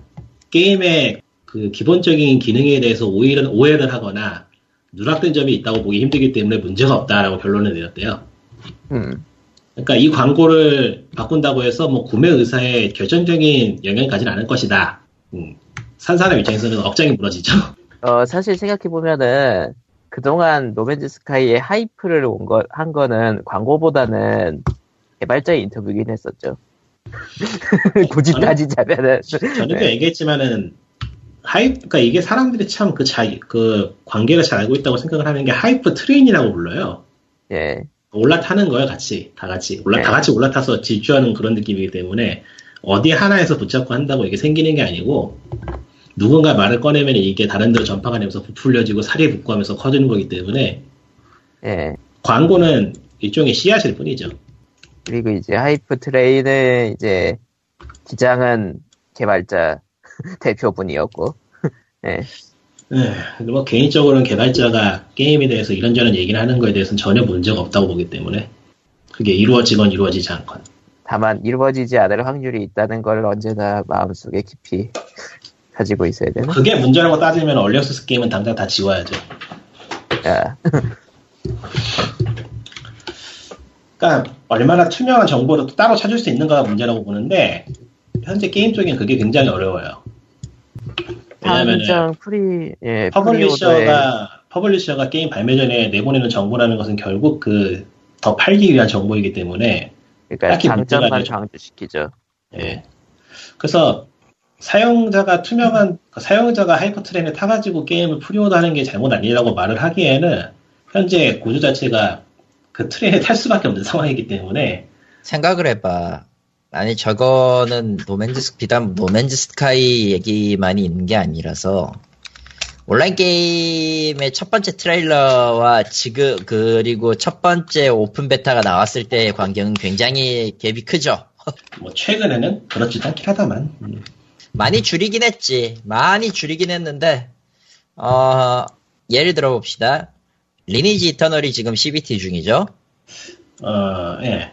게임의 그 기본적인 기능에 대해서 오히려 오해를 하거나 누락된 점이 있다고 보기 힘들기 때문에 문제가 없다라고 결론을 내렸대요. 음. 그러니까 이 광고를 바꾼다고 해서 뭐 구매 의사에 결정적인 영향을 가진 않을 것이다. 음. 산 사람 입장에서는 억장이 무너지죠. 어 사실 생각해 보면은 그동안 노맨즈 스카이의 하이프를 온 거, 한 거는 광고보다는 개발자의 인터뷰긴 했었죠. 굳이 저는- 네. 따지자면은. 전에도 네. 얘기했지만은 하이프 그러니까 이게 사람들이 참 그 자기 그 관계를 잘 알고 있다고 생각을 하는 게 하이프 트레인이라고 불러요. 예. 올라타는 거예요, 같이 다 같이 올라 네. 다 같이 올라타서 질주하는 그런 느낌이기 때문에 어디 하나에서 붙잡고 한다고 이게 생기는 게 아니고 누군가 말을 꺼내면 이게 다른 데로 전파가 되면서 부풀려지고 살이 붙고 하면서 커지는 거기 때문에 예. 광고는 일종의 씨앗일 뿐이죠. 그리고 이제 하이프 트레인은 이제 기장은 개발자 대표분이었고. 예, 에, 근데 뭐 개인적으로는 개발자가 게임에 대해서 이런저런 얘기를 하는 거에 대해서는 전혀 문제가 없다고 보기 때문에 그게 이루어지건 이루어지지 않건 다만 이루어지지 않을 확률이 있다는 걸 언제나 마음속에 깊이 가지고 있어야 되는. 그게 문제라고 따지면 얼리어스 게임은 당장 다 지워야죠. 아, 그러니까 얼마나 투명한 정보를 또 따로 찾을 수 있는가가 문제라고 보는데 현재 게임 쪽엔 그게 굉장히 어려워요. 왜냐면은 당장 프리 예 프리오더에 퍼블리셔가 퍼블리셔가 게임 발매 전에 내보내는 정보라는 것은 결국 그 더 팔기 위한 정보이기 때문에 그러니까 딱히 문제가 장점만 되죠. 강조시키죠. 예. 그래서 사용자가 투명한 그 사용자가 하이퍼 트렌에 타가지고 게임을 프리오더하는 게 잘못 아니라고 말을 하기에는 현재 고주 자체가 그 트렌에 탈 수밖에 없는 상황이기 때문에 생각을 해봐. 아니 저거는 노맨즈 스 비단 노맨즈 스카이 얘기만이 있는 게 아니라서 온라인 게임의 첫 번째 트레일러와 지금 그리고 첫 번째 오픈 베타가 나왔을 때의 광경은 굉장히 갭이 크죠. 뭐 최근에는 그렇지도 않긴 하다만 음. 많이 줄이긴 했지. 많이 줄이긴 했는데 어 예를 들어 봅시다. 리니지 이터널이 지금 CBT 중이죠. 어, 예.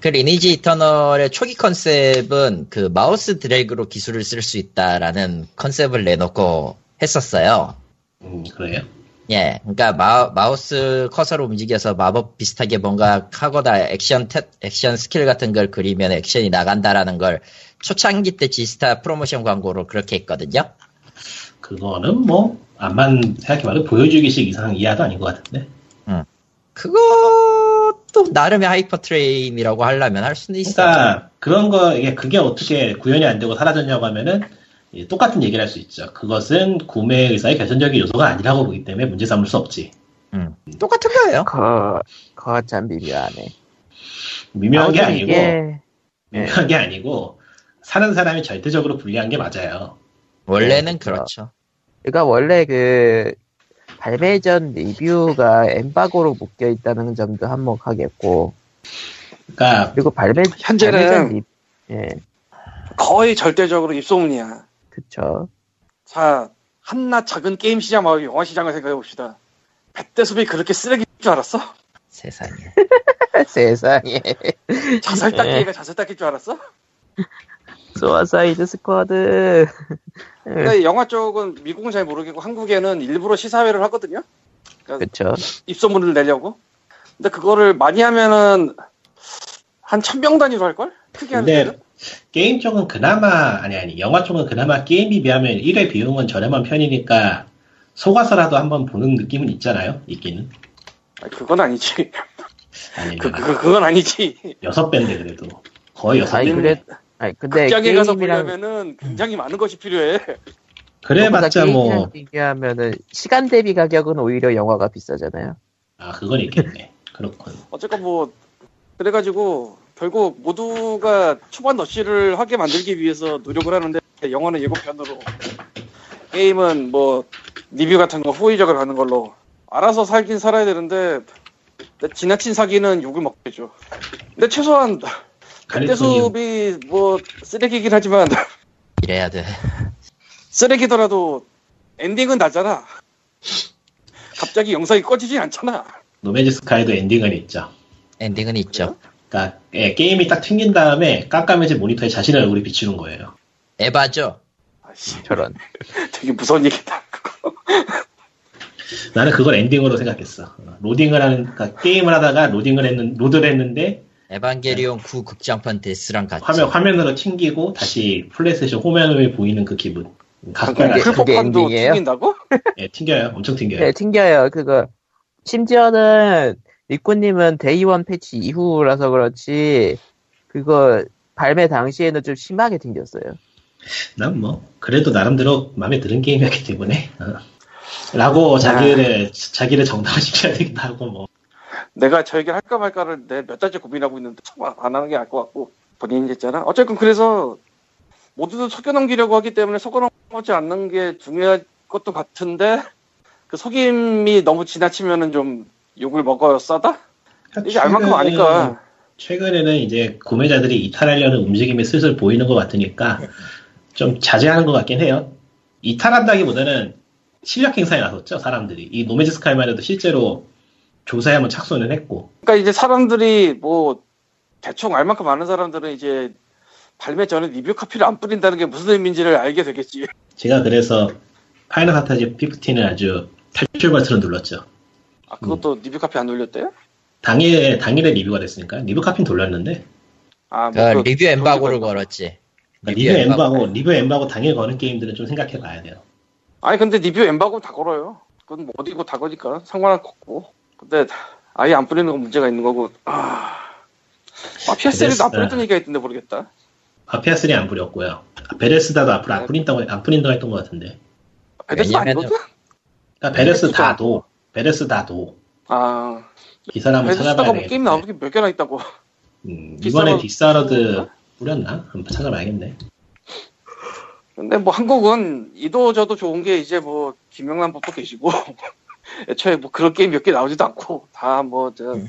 그 리니지 이터널의 초기 컨셉은 그 마우스 드래그로 기술을 쓸 수 있다라는 컨셉을 내놓고 했었어요. 음, 그래요. 예, 그러니까 마, 우스 커서로 움직여서 마법 비슷하게 뭔가 하거나 액션 태- 액션 스킬 같은 걸 그리면 액션이 나간다라는 걸 초창기 때 지스타 프로모션 광고로 그렇게 했거든요. 그거는 뭐, 암만 생각해봐도 보여주기식 이상 이하도 아닌 것 같은데. 그것도 나름의 하이퍼 트레임이라고 하려면 할 수는 있어. 그러니까, 그런 거, 이게 그게 어떻게 구현이 안 되고 사라졌냐고 하면은, 예, 똑같은 얘기를 할 수 있죠. 그것은 구매 의사의 결정적인 요소가 아니라고 보기 때문에 문제 삼을 수 없지. 음. 똑같은 거예요. 거 거참 미묘하네. 미묘한 게 아무튼 아니고, 이게- 예. 미묘한 게 아니고, 사는 사람이 절대적으로 불리한 게 맞아요. 네, 원래는 그렇죠. 그러니까 원래 그 발매 전 리뷰가 엠바고로 묶여 있다는 점도 한몫하겠고 그러니까, 그리고 발매 발매 전 현재는 리- 예 거의 절대적으로 입소문이야. 그쵸 자, 한낱 작은 게임 시장 말고 영화 시장을 생각해 봅시다. 배대숲이 그렇게 쓰레기인 줄 알았어? 세상에. 세상에 예. 자살 닦기가 자살 닦일 줄 알았어? 소아사이드 스쿼드 예. 근데 영화 쪽은 미국은 잘 모르겠고 한국에는 일부러 시사회를 하거든요. 그쵸 입소문을 내려고. 근데 그거를 많이 하면은 한 천병 단위로 할 걸? 크게 하는 근데 데는? 게임 쪽은 그나마 아니 아니 영화 쪽은 그나마 게임에 비하면 1회 비용은 저렴한 편이니까 속아서라도 한번 보는 느낌은 있잖아요 있기는 아, 그건 아니지. 아니 그, 그, 그건 아니지. 여섯 배인데 그래도 거의 여섯 아니 배 그래 그래, 아니 근데 네. 극장에 가서 네, 게임이랑 보려면은 굉장히 많은 것이 필요해. 그래봤자 게임이랑 뭐 비교하면은 시간 대비 가격은 오히려 영화가 비싸잖아요 아, 그건 있겠네 그렇군 어쨌건 뭐 그래가지고 결국 모두가 초반 러쉬를 하게 만들기 위해서 노력을 하는데 영화는 예고편으로 게임은 뭐 리뷰 같은 거 호의적을 가는 걸로 알아서 살긴 살아야 되는데 근데 지나친 사기는 욕을 먹겠죠. 근데 최소한 가리토님 대수비 뭐 쓰레기긴 하지만 이래야 돼. 쓰레기더라도 엔딩은 나잖아. 갑자기 영상이 꺼지진 않잖아. 노매즈 스카이도 엔딩은 있죠 엔딩은 있죠. 그러니까 예, 게임이 딱 튕긴 다음에 깜깜해진 모니터에 자신의 얼굴이 비추는 거예요 에바죠. 아씨, 저런 되게 무서운 얘기다. 그거. 나는 그걸 엔딩으로 생각했어 로딩을 하는 그러니까 게임을 하다가 로딩을 했는 로드를 했는데 에반게리온 네. 9 극장판 데스랑 같이. 화면, 화면으로 튕기고 다시 플레이스테이션 화면에 보이는 그 기분. 각각 그러니까 그게- 풀포판도 엔딩이에요? 튕긴다고? 예, 튕겨요. 엄청 튕겨요. 네, 튕겨요. 그거 심지어는 리코님은 데이원 패치 이후라서 그렇지 그거 발매 당시에는 좀 심하게 튕겼어요. 난 뭐 그래도 나름대로 마음에 드는 게임이었기 때문에 어. 라고 자기를 아. 자기를 정당화시켜야 된다고 뭐 내가 저 얘기를 할까 말까를 내 몇 달째 고민하고 있는데 정말 안 하는 게 나을 것 같고 본인이 했잖아. 어쨌건 그래서 모두들 속여 넘기려고 하기 때문에 속여 넘지 않는 게 중요할 것도 같은데 그 속임이 너무 지나치면은 좀 욕을 먹어요 싸다? 이게 네. 알만큼 아니까. 최근에는 이제 구매자들이 이탈하려는 움직임이 슬슬 보이는 것 같으니까 좀 자제하는 것 같긴 해요. 이탈한다기보다는 실력 행사에 나섰죠 사람들이 이 노매즈 스카이만 해도 실제로 조사에 한번 착수는 했고 그러니까 이제 사람들이 뭐 대충 알만큼 아는 사람들은 이제 발매 전에 리뷰 카피를 안 뿌린다는 게 무슨 의미인지를 알게 되겠지. 제가 그래서 파이널 판타지 15는 아주 탈출 버튼을 눌렀죠. 아 그것도 리뷰 카피 안 올렸대요? 당일에 당일에 리뷰가 됐으니까 리뷰 카피는 돌렸는데 아, 뭐 그러니까 그- 리뷰 엠바고를 걸었지. 아, 그러니까 리뷰 엠바고 리뷰 엠바고 당일 거는 게임들은 좀 생각해 봐야 돼요. 아니 근데 리뷰 엠바고 다 걸어요. 그건 뭐 어디고 다 거니까 상관할 거 없고. 근데 아예 안 뿌리는 건 문제가 있는 거고. 아, 아 PS3도 안 뿌렸던 네. 얘기가 있던데 모르겠다. 아피아 3안 뿌렸고요. 아, 베레스다도 앞으로 안 뿌린다고 안 뿌린다고 했던 것 같은데. 베데스 왜냐면은- 아니거든? 그러니까 네, 베레스 다도 베레스 다도 아, 이 사람을 찾아봐야 베데스다가 뭐 되겠네. 게임 나오는 게 몇 개나 있다고. 음, 이번에 빅사러- 빅사러드 뿌렸나? 한번 찾아봐야겠네. 근데 뭐 한국은 이도 저도 좋은 게 이제 뭐 김영란 법도 계시고 애초에 뭐 그런 게임 몇 개 나오지도 않고 다 뭐 저 음.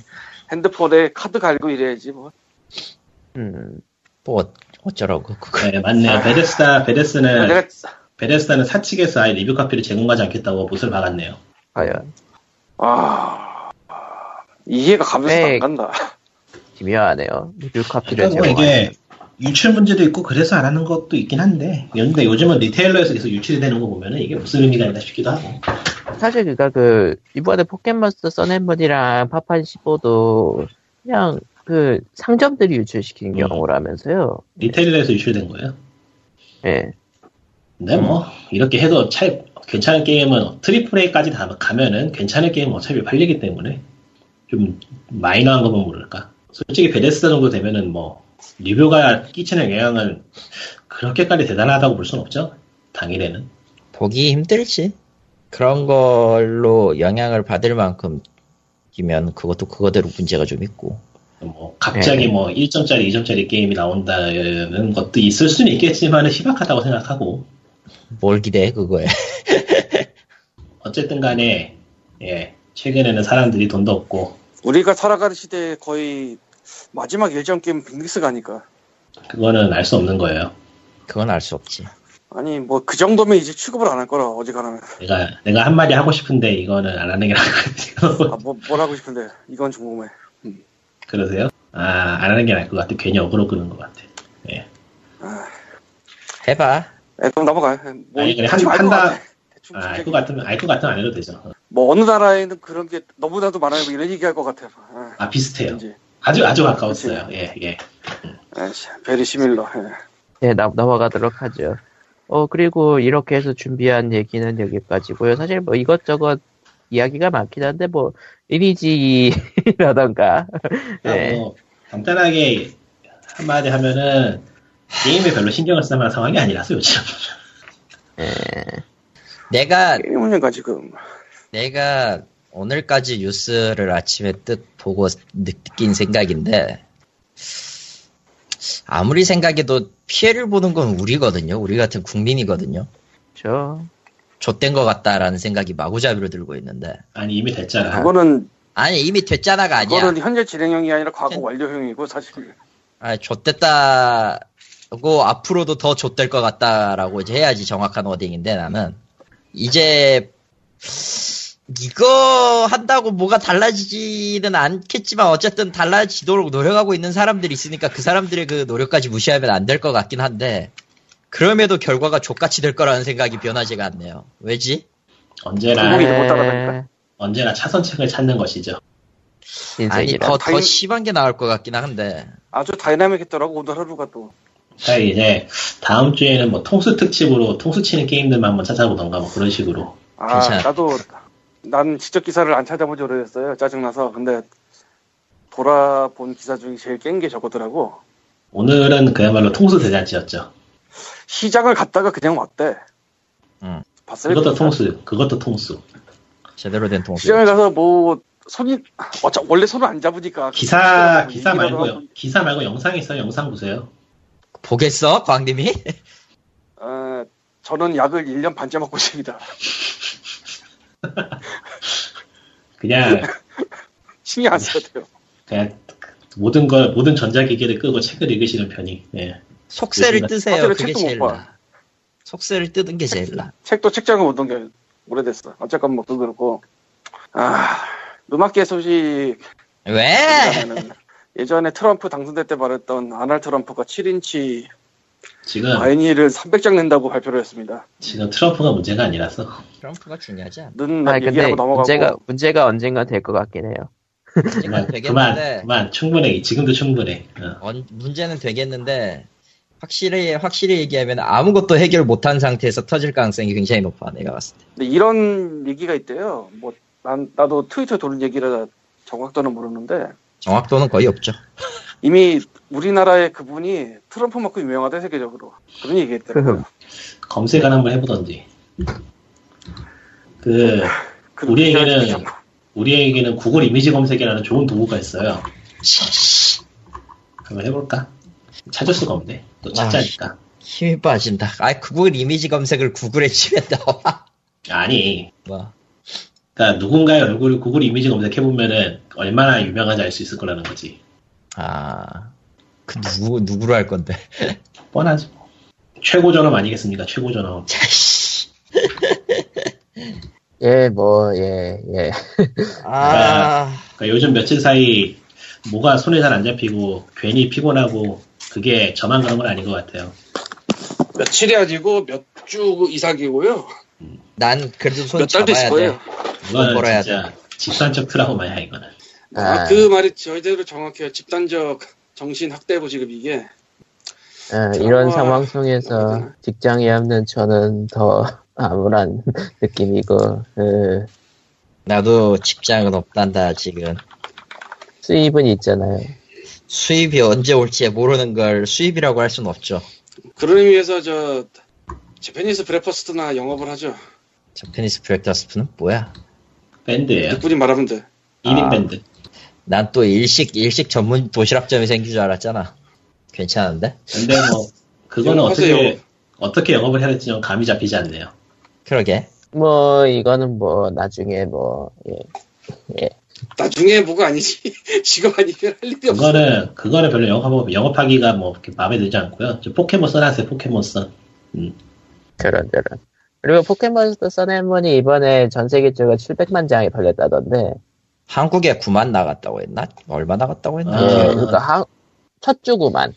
핸드폰에 카드 갈고 이래야지 뭐. 음, 또 어- 어쩌라고 그거. 네, 맞네요. 베레스다 베레스는 아. 내가 베레스다는 사측에서 아예 리뷰 카피를 제공하지 않겠다고 못을 박았네요. 과연 아 이해가 가면서 네. 안 간다. 기묘하네요. 리뷰 카피를 그러니까 뭐 제공하는. 이게 유출 문제도 있고 그래서 안 하는 것도 있긴 한데 근데 요즘은 리테일러에서 계속 유출이 되는 거 보면은 이게 무슨 의미가 있나 싶기도 하고 사실 그니까 그 이번에 포켓몬스터 써낸분이랑 파판 15도 그냥 그 상점들이 유출시킨 음. 경우라면서요. 리테일러에서 유출된 거예요. 예. 근데 뭐 이렇게 해도 차 괜찮은 게임은 트리플 A까지 다 가면은 괜찮은 게임은 어차피 팔리기 때문에 좀 마이너한 거면 모를까 솔직히 베데스다 정도 되면은 뭐 리뷰가 끼치는 영향은 그렇게까지 대단하다고 볼 수는 없죠 당일에는 보기 힘들지. 그런 걸로 영향을 받을 만큼이면 그것도 그거대로 문제가 좀 있고. 뭐 갑자기 네. 뭐 1점짜리 2점짜리 게임이 나온다는 것도 있을 수는 있겠지만 희박하다고 생각하고 뭘 기대해 그거에. 어쨌든 간에 예 최근에는 사람들이 돈도 없고 우리가 살아가는 시대의 거의 마지막 일정 게임 빅믹스 가니까 그거는 알 수 없는 거예요 그건 알 수 없지. 아니 뭐 그 정도면 이제 취급을 안 할 거라 어지간하면 내가 내가 한마디 하고 싶은데 이거는 안 하는 게 나을 것 같아요. 아뭐 뭘 하고 싶은데 이건 궁금해 그러세요? 아 안 하는 게 나을 것 같아. 괜히 어그로 끄는 것 같아. 예. 해봐. 에, 그럼 넘어가요 에, 뭐 아니 그냥 한 대충 알것 판다. 같아. 대충 아, 진짜 알것 같으면 알 것 같으면 안 해도 되죠. 뭐 어느 나라에는 그런 게 너무나도 많아요 뭐 이런 얘기 할 것 같아요 아, 아 비슷해요. 왠지 아주 아주 가까웠어요. 예 네. 예. 아이씨, 베리 시밀러 예. 네, 나- 넘어가도록 하죠. 어, 그리고 이렇게 해서 준비한 얘기는 여기까지고요. 사실 뭐 이것저것 이야기가 많긴 한데, 뭐, 리니지라던가. 예, 아, 네. 뭐 간단하게 한마디 하면은 게임에 별로 신경을 쓸 만한 상황이 아니라서 요즘. 내가 게임은가 지금 내가 오늘까지 뉴스를 아침에 뜻 보고 느낀 생각인데 아무리 생각해도 피해를 보는 건 우리거든요. 우리 같은 국민이거든요. 그쵸. 좆된 것 같다라는 생각이 마구잡이로 들고 있는데 아니 이미 됐잖아. 그거는 아니 이미 됐잖아가 아니야. 그거는 현재 진행형이 아니라 네. 과거 현- 완료형이고 사실 아 좆됐다고 앞으로도 더 좆될 것 같다라고 이제 해야지 정확한 워딩인데 나는 이제 이거 한다고 뭐가 달라지지는 않겠지만 어쨌든 달라지도록 노력하고 있는 사람들이 있으니까 그 사람들의 그 노력까지 무시하면 안 될 것 같긴 한데 그럼에도 결과가 족같이 될 거라는 생각이 변하지가 않네요. 왜지? 언제나 아, 그거기- 못 따라가니까. 언제나 차선책을 찾는 것이죠. 아니 인생이라. 더, 더 다행- 심한 게 나올 것 같긴 한데 아주 다이나믹했더라고 오늘 하루가 또 그러니까 이제 다음 주에는 뭐 통수 특집으로 통수 치는 게임들만 한번 찾아보던가 뭐 그런 식으로. 아 괜찮아. 나도 난 지적 기사를 안 찾아본 지 오래됐어요. 짜증나서 근데 돌아본 기사 중에 제일 깬 게 저거더라고. 오늘은 그야말로 통수 대잔치였죠. 시장을 갔다가 그냥 왔대. 응. 봤어요. 그것도 그거? 통수, 그것도 통수. 제대로 된 통수. 시장에 가서 뭐 손이 어차 원래 손을 안 잡으니까 그 기사 기사 그렇죠. 이기라도 말고요. 기사 말고 영상 있어요. 영상 보세요. 보겠어, 광님이? 어, 저는 약을 1년 반째 먹고 있습니다. 네. 그냥 음. 신경 안 써도 돼요. 그냥 모든 걸 모든 전자기기를 끄고 책을 읽으시는 편이. 예. 속세를 요즘에- 뜨세요. 사실은 그게 책도 제일 못 봐. 나. 속세를 뜨는 게 제일 나. 책도 책장을 못 옮겨 오래됐어. 어쨌건 뭐 그거 그렇고 아 음악계 소식 왜? 예전에는- 예전에 트럼프 당선될 때 말했던 아날 트럼프가 7인치 지금 바이닐을 300장 낸다고 발표를 했습니다. 지금 트럼프가 문제가 아니라서 트럼프가 중요하지 않아. 는 아니 근데 얘기하고 넘어가고 문제가 문제가 언젠가 될 것 같긴 해요. 문제는 그만 그만 되겠는데, 그만 충분해 지금도 충분해. 어. 언- 문제는 되겠는데, 확실히, 확실히 얘기하면 아무것도 해결 못한 상태에서 터질 가능성이 굉장히 높아, 내가 봤을 때. 근데 이런 얘기가 있대요. 뭐 난 나도 트위터 도는 얘기라 정확도는 모르는데 정확도는 거의 없죠. 이미 우리나라의 그분이 트럼프만큼 유명하다 세계적으로 그런 얘기했대요. 검색을 한번 해보던지. 그 우리에게는 우리에게는 구글 이미지 검색이라는 좋은 도구가 있어요. 한번 해볼까? 찾을 수가 없네. 또 찾자니까. 힘이 빠진다. 아, 구글 이미지 검색을 구글에 치면 나와. 아니, 뭐, 그러니까 누군가의 얼굴을 구글 이미지 검색해 보면은 얼마나 유명한지 알 수 있을 거라는 거지. 아, 그 누구, 누구로 할 건데. 뻔하지 뭐. 최고 전업 아니겠습니까? 최고 전업. 예, 뭐, 예, 예. 아, 그러니까 요즘 며칠 사이 뭐가 손에 잘 안 잡히고 괜히 피곤하고 그게 저만 그런 건 아닌 것 같아요. 며칠이 아니고 몇 주 이상이고요. 난 그래도 손 몇 잡아야 달도 있을 돼. 거예요. 이거는 벌어야 진짜 집산적 트라우마야 이거는. 아, 아. 그 말이 저희대로 정확해요. 집단적 정신 학대고 지금 이게 어, 이런 아, 상황 속에서 직장이 없는 저는 더 암울한 느낌이고 어, 나도 직장은 없단다, 지금. 수입은 있잖아요. 수입이 언제 올지 모르는 걸 수입이라고 할 수는 없죠. 그런 의미에서 저 재패니스 브레퍼스트나 영업을 하죠. 저페니스 브렉더스프는 뭐야? 밴드예요. 뒷부이 말하면 돼. 1인 아. 밴드. 난 또 일식, 일식 전문 도시락점이 생길 줄 알았잖아. 괜찮은데? 근데 뭐 그거는 영업하세요. 어떻게 어떻게 영업을 해야 될지 좀 감이 잡히지 않네요. 그러게. 뭐 이거는 뭐 나중에 뭐 예. 나중에 뭐가 아니지. 지금 아니면 할 일이 없어. 그거는 그거는 별로 영업하고 영업하기가 뭐 그렇게 마음에 들지 않고요. 저 포켓몬 써놨어요. 포켓몬 써. 그런 저런. 그리고 포켓몬스터 써낸문이 이번에 전 세계 적으로 700만 장이 팔렸다던데 한국에 9만 나갔다고 했나? 얼마 나갔다고 했나? 예, 아. 그러니까 하- 첫 주구만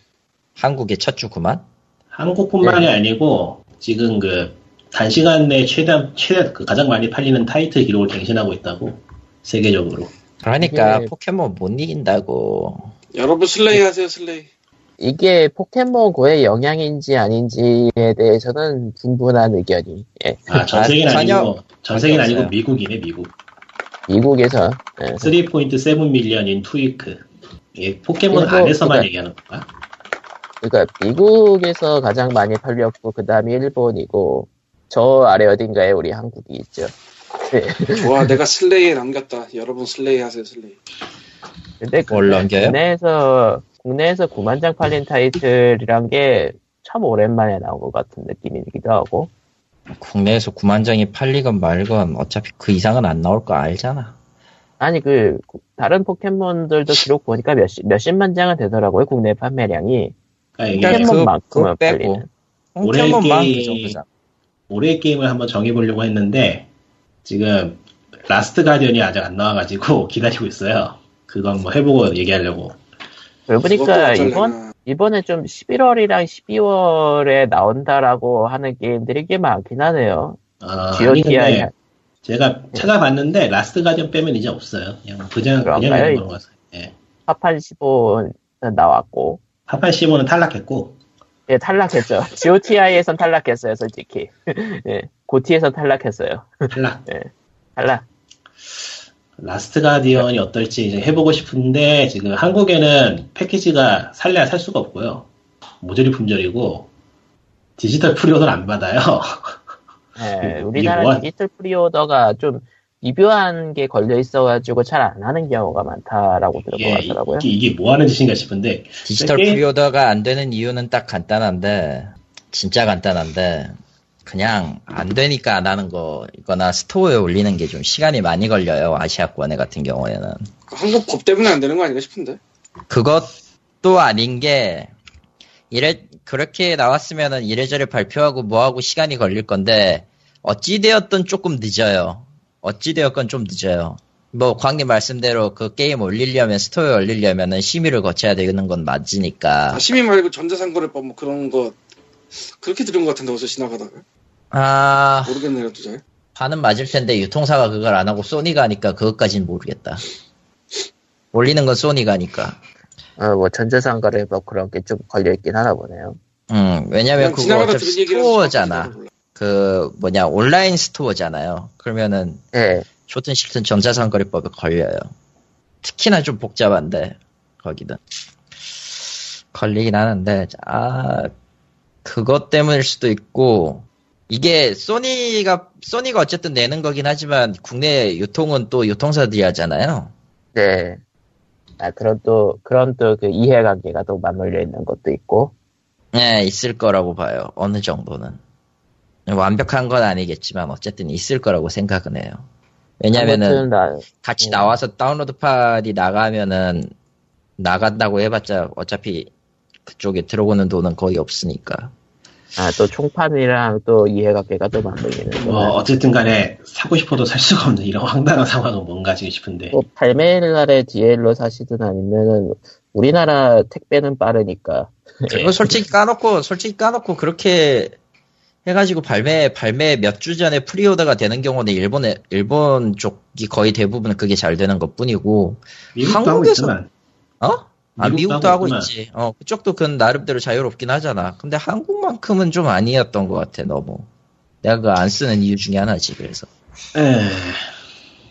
한국에 첫 주 9만? 한국뿐만이 아니고 지금 그 단시간 내에 최대한 최대 그 가장 많이 팔리는 타이틀 기록을 갱신하고 있다고 세계적으로. 그러니까 이게- 포켓몬 못 이긴다고. 여러분 슬레이 하세요 슬레이. 이게 포켓몬 고의 영향인지 아닌지에 대해서는 분분한 의견이 예. 아, 전 아, 세계는 아, 니 전혀 고전 세계는 없어요. 아니고 미국이네, 미국. 미국에서 예. 3.7 밀리언인 투이크. 예, 포켓몬 일본, 안에서만 그러니까- 얘기하는 건가? 그러니까 미국에서 가장 많이 팔렸고 그 다음이 일본이고 저 아래 어딘가에 우리 한국이 있죠. 좋아 내가 슬레이에 남겼다. 여러분 슬레이 하세요 슬레이. 근데 그 뭘 넘겨요? 국내에서 국내에서 9만 장 팔린 타이틀이란 게 참 오랜만에 나온 것 같은 느낌이기도 하고 국내에서 9만 장이 팔리건 말건 어차피 그 이상은 안 나올 거 알잖아. 아니 그 구- 다른 포켓몬들도 기록 보니까 몇십 몇십만 장은 되더라고요 국내 판매량이 그러니까 이게 포켓몬 그- 만큼은 그거 빼고. 팔리는. 올해 포켓몬만 게임- 그 정도잖아. 올해의 게임을 한번 정해보려고 했는데 지금 라스트 가디언이 아직 안 나와가지고 기다리고 있어요. 그거 한번 해보고 얘기하려고. 그러니까 그것도 이번 어쩌려나. 이번에 좀 11월이랑 12월에 나온다라고 하는 게임들이 꽤 많긴 하네요. 아, 아니 GOTI 근데 제가 찾아봤는데 라스트 가디언 빼면 이제 없어요. 그냥 그냥 그냥 그런가요? 있는 걸로 가서. 예. 파판 15 나왔고 파판 15는 탈락했고 예, 탈락했죠. GOTI에선 탈락했어요, 솔직히. 예, 고티에선 탈락했어요. 탈락. 탈락. 라스트 가디언이 어떨지 이제 해보고 싶은데 지금 한국에는 패키지가 살려야 살 수가 없고요. 모조리 품절이고 디지털 프리오더는 안 받아요. 예, 이게 우리나라 뭐야? 디지털 프리오더가 좀 미묘한 게 걸려 있어가지고 잘 안 하는 경우가 많다라고 들은 이게, 것 같더라고요. 예, 이게, 이게 뭐 하는 짓인가 싶은데 디지털 네, 게임- 프리오더가 안 되는 이유는 딱 간단한데 진짜 간단한데 그냥 안 되니까 안 하는 거거나 스토어에 올리는 게 좀 시간이 많이 걸려요 아시아권에 같은 경우에는 그 한국 법 때문에 안 되는 거 아닌가 싶은데. 그것도 아닌 게 이래 그렇게 나왔으면은 이래저래 발표하고 뭐하고 시간이 걸릴 건데 어찌되었든 조금 늦어요. 어찌되었건 좀 늦어요. 뭐 광님 말씀대로 그 게임 올리려면 스토어에 올리려면은 심의를 거쳐야 되는 건 맞으니까 아, 시민 말고 전자상거래법 뭐 그런 거 그렇게 들은 것 같은데 어서 지나가다가 아 모르겠네요 또 잘. 반은 맞을 텐데 유통사가 그걸 안 하고 소니가 하니까 그것까진 모르겠다. 올리는 건 소니가 하니까. 어, 뭐 전자상거래 뭐 그런 게 좀 걸려 있긴 하나 보네요. 음 왜냐면 그냥 그거 지나가다 어차피 들은 얘기라서 스토어잖아. 정확히 몰라. 그 뭐냐 온라인 스토어잖아요. 그러면은 예, 좋든 싫든 전자상거래법에 걸려요. 특히나 좀 복잡한데 거기는 걸리긴 하는데 아 그것 때문일 수도 있고 이게 소니가 소니가 어쨌든 내는 거긴 하지만 국내 유통은 또 유통사들이 하잖아요. 네. 아, 그런 또, 그런 또 그 이해관계가 또 맞물려 있는 것도 있고. 네 있을 거라고 봐요. 어느 정도는 완벽한 건 아니겠지만 어쨌든 있을 거라고 생각은 해요. 왜냐면은 아무튼 나, 같이 음. 나와서 다운로드 파일이 나가면은 나간다고 해봤자 어차피 그쪽에 들어오는 돈은 거의 없으니까 아, 또 총판이랑 또 이해관계가 또 맞물리는 거. 뭐 어쨌든 간에 사고 싶어도 살 수가 없는 이런 황당한 상황은 뭔가 지금 싶은데 또뭐 발매일 날에 DL로 사시든 아니면은 우리나라 택배는 빠르니까. 그리고 솔직히 까놓고 솔직히 까놓고 그렇게 해가지고 발매 발매 몇 주 전에 프리오더가 되는 경우는 일본에 일본 쪽이 거의 대부분 그게 잘 되는 것 뿐이고 미국도 하고 한국에서- 있지만 어? 아, 미국도 미국도 하고 하고 있구나. 있지. 어, 그쪽도 그 나름대로 자유롭긴 하잖아. 근데 한국만큼은 좀 아니었던 것 같아, 너무. 내가 그거 안 쓰는 이유 중에 하나지, 그래서. 에,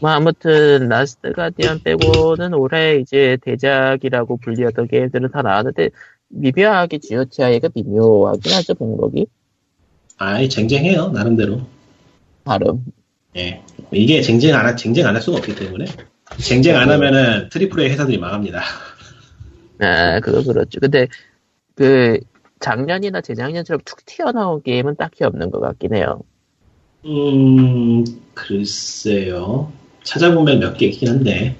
뭐 아무튼 라스트 가디언 빼고는 올해 이제 대작이라고 불리었던 게임들은 다 나왔는데 미묘하게 GOTI가 미묘하긴 하죠 목록이 아이 쟁쟁해요 나름대로. 발음. 예. 이게 쟁쟁 안, 하- 쟁쟁 안 할 수가 없기 때문에. 쟁쟁 안 하면은 트리플 A 회사들이 망합니다. 아 그거 그렇죠. 근데 그 작년이나 재작년처럼 툭 튀어나온 게임은 딱히 없는 것 같긴 해요. 음, 글쎄요. 찾아보면 몇 개 있긴 한데.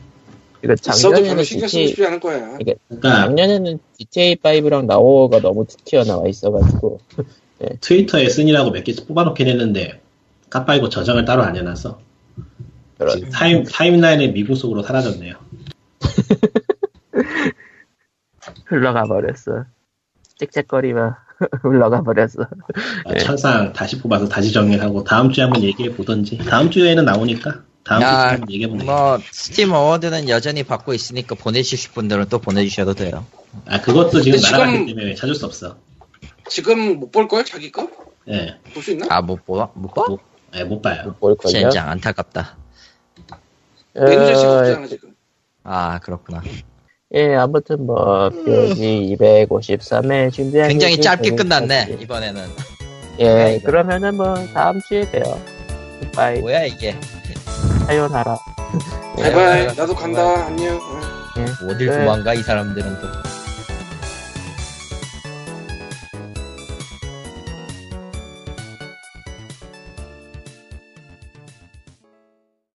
그러니까 있어도 작년에는 별로 신경 쓰고 GTA, 네, 싶지 않을 거야. 그러니까 작년에는 GTA 5랑 나오어가 너무 툭 튀어나와 있어가지고 트위터에 쓴이라고 몇 개 뽑아놓긴 했는데, 까빨고 저장을 따로 안 해놔서. 그런 지금 타임, 타임라인의 미국 속으로 사라졌네요. 흘러가 버렸어. 짹짹거리만 흘러가 버렸어. 아, 천상 다시 뽑아서 다시 정리하고, 다음 주에 한번 얘기해 보던지. 다음 주에는 나오니까, 다음 주에 야, 한번 얘기해 보면 뭐 스팀 어워드는 여전히 받고 있으니까 보내주실 분들은 또 보내주셔도 돼요. 아, 그것도 지금 지금- 날아갔기 때문에 찾을 수 없어. 지금 못 볼 거야 자기 거? 예. 볼 수 있나? 아못 보아 못 봐? 못 예, 못 봐요. 뭘 걸려? 어, 젠장 안타깝다. 매니저 예, 씨가 없잖아 지금. 아 그렇구나. 예, 아무튼 뭐 POG 253회 준비한 굉장히 얘기 짧게 재밌게 네, 끝났네 했지. 이번에는. 예, 이거. 그러면은 뭐 다음 주에 봬요. 바이, 뭐야 이게? 사요나라. 네. 바이바이. 나도 간다. 안녕. 어딜 네. 도망가 이 사람들은 또.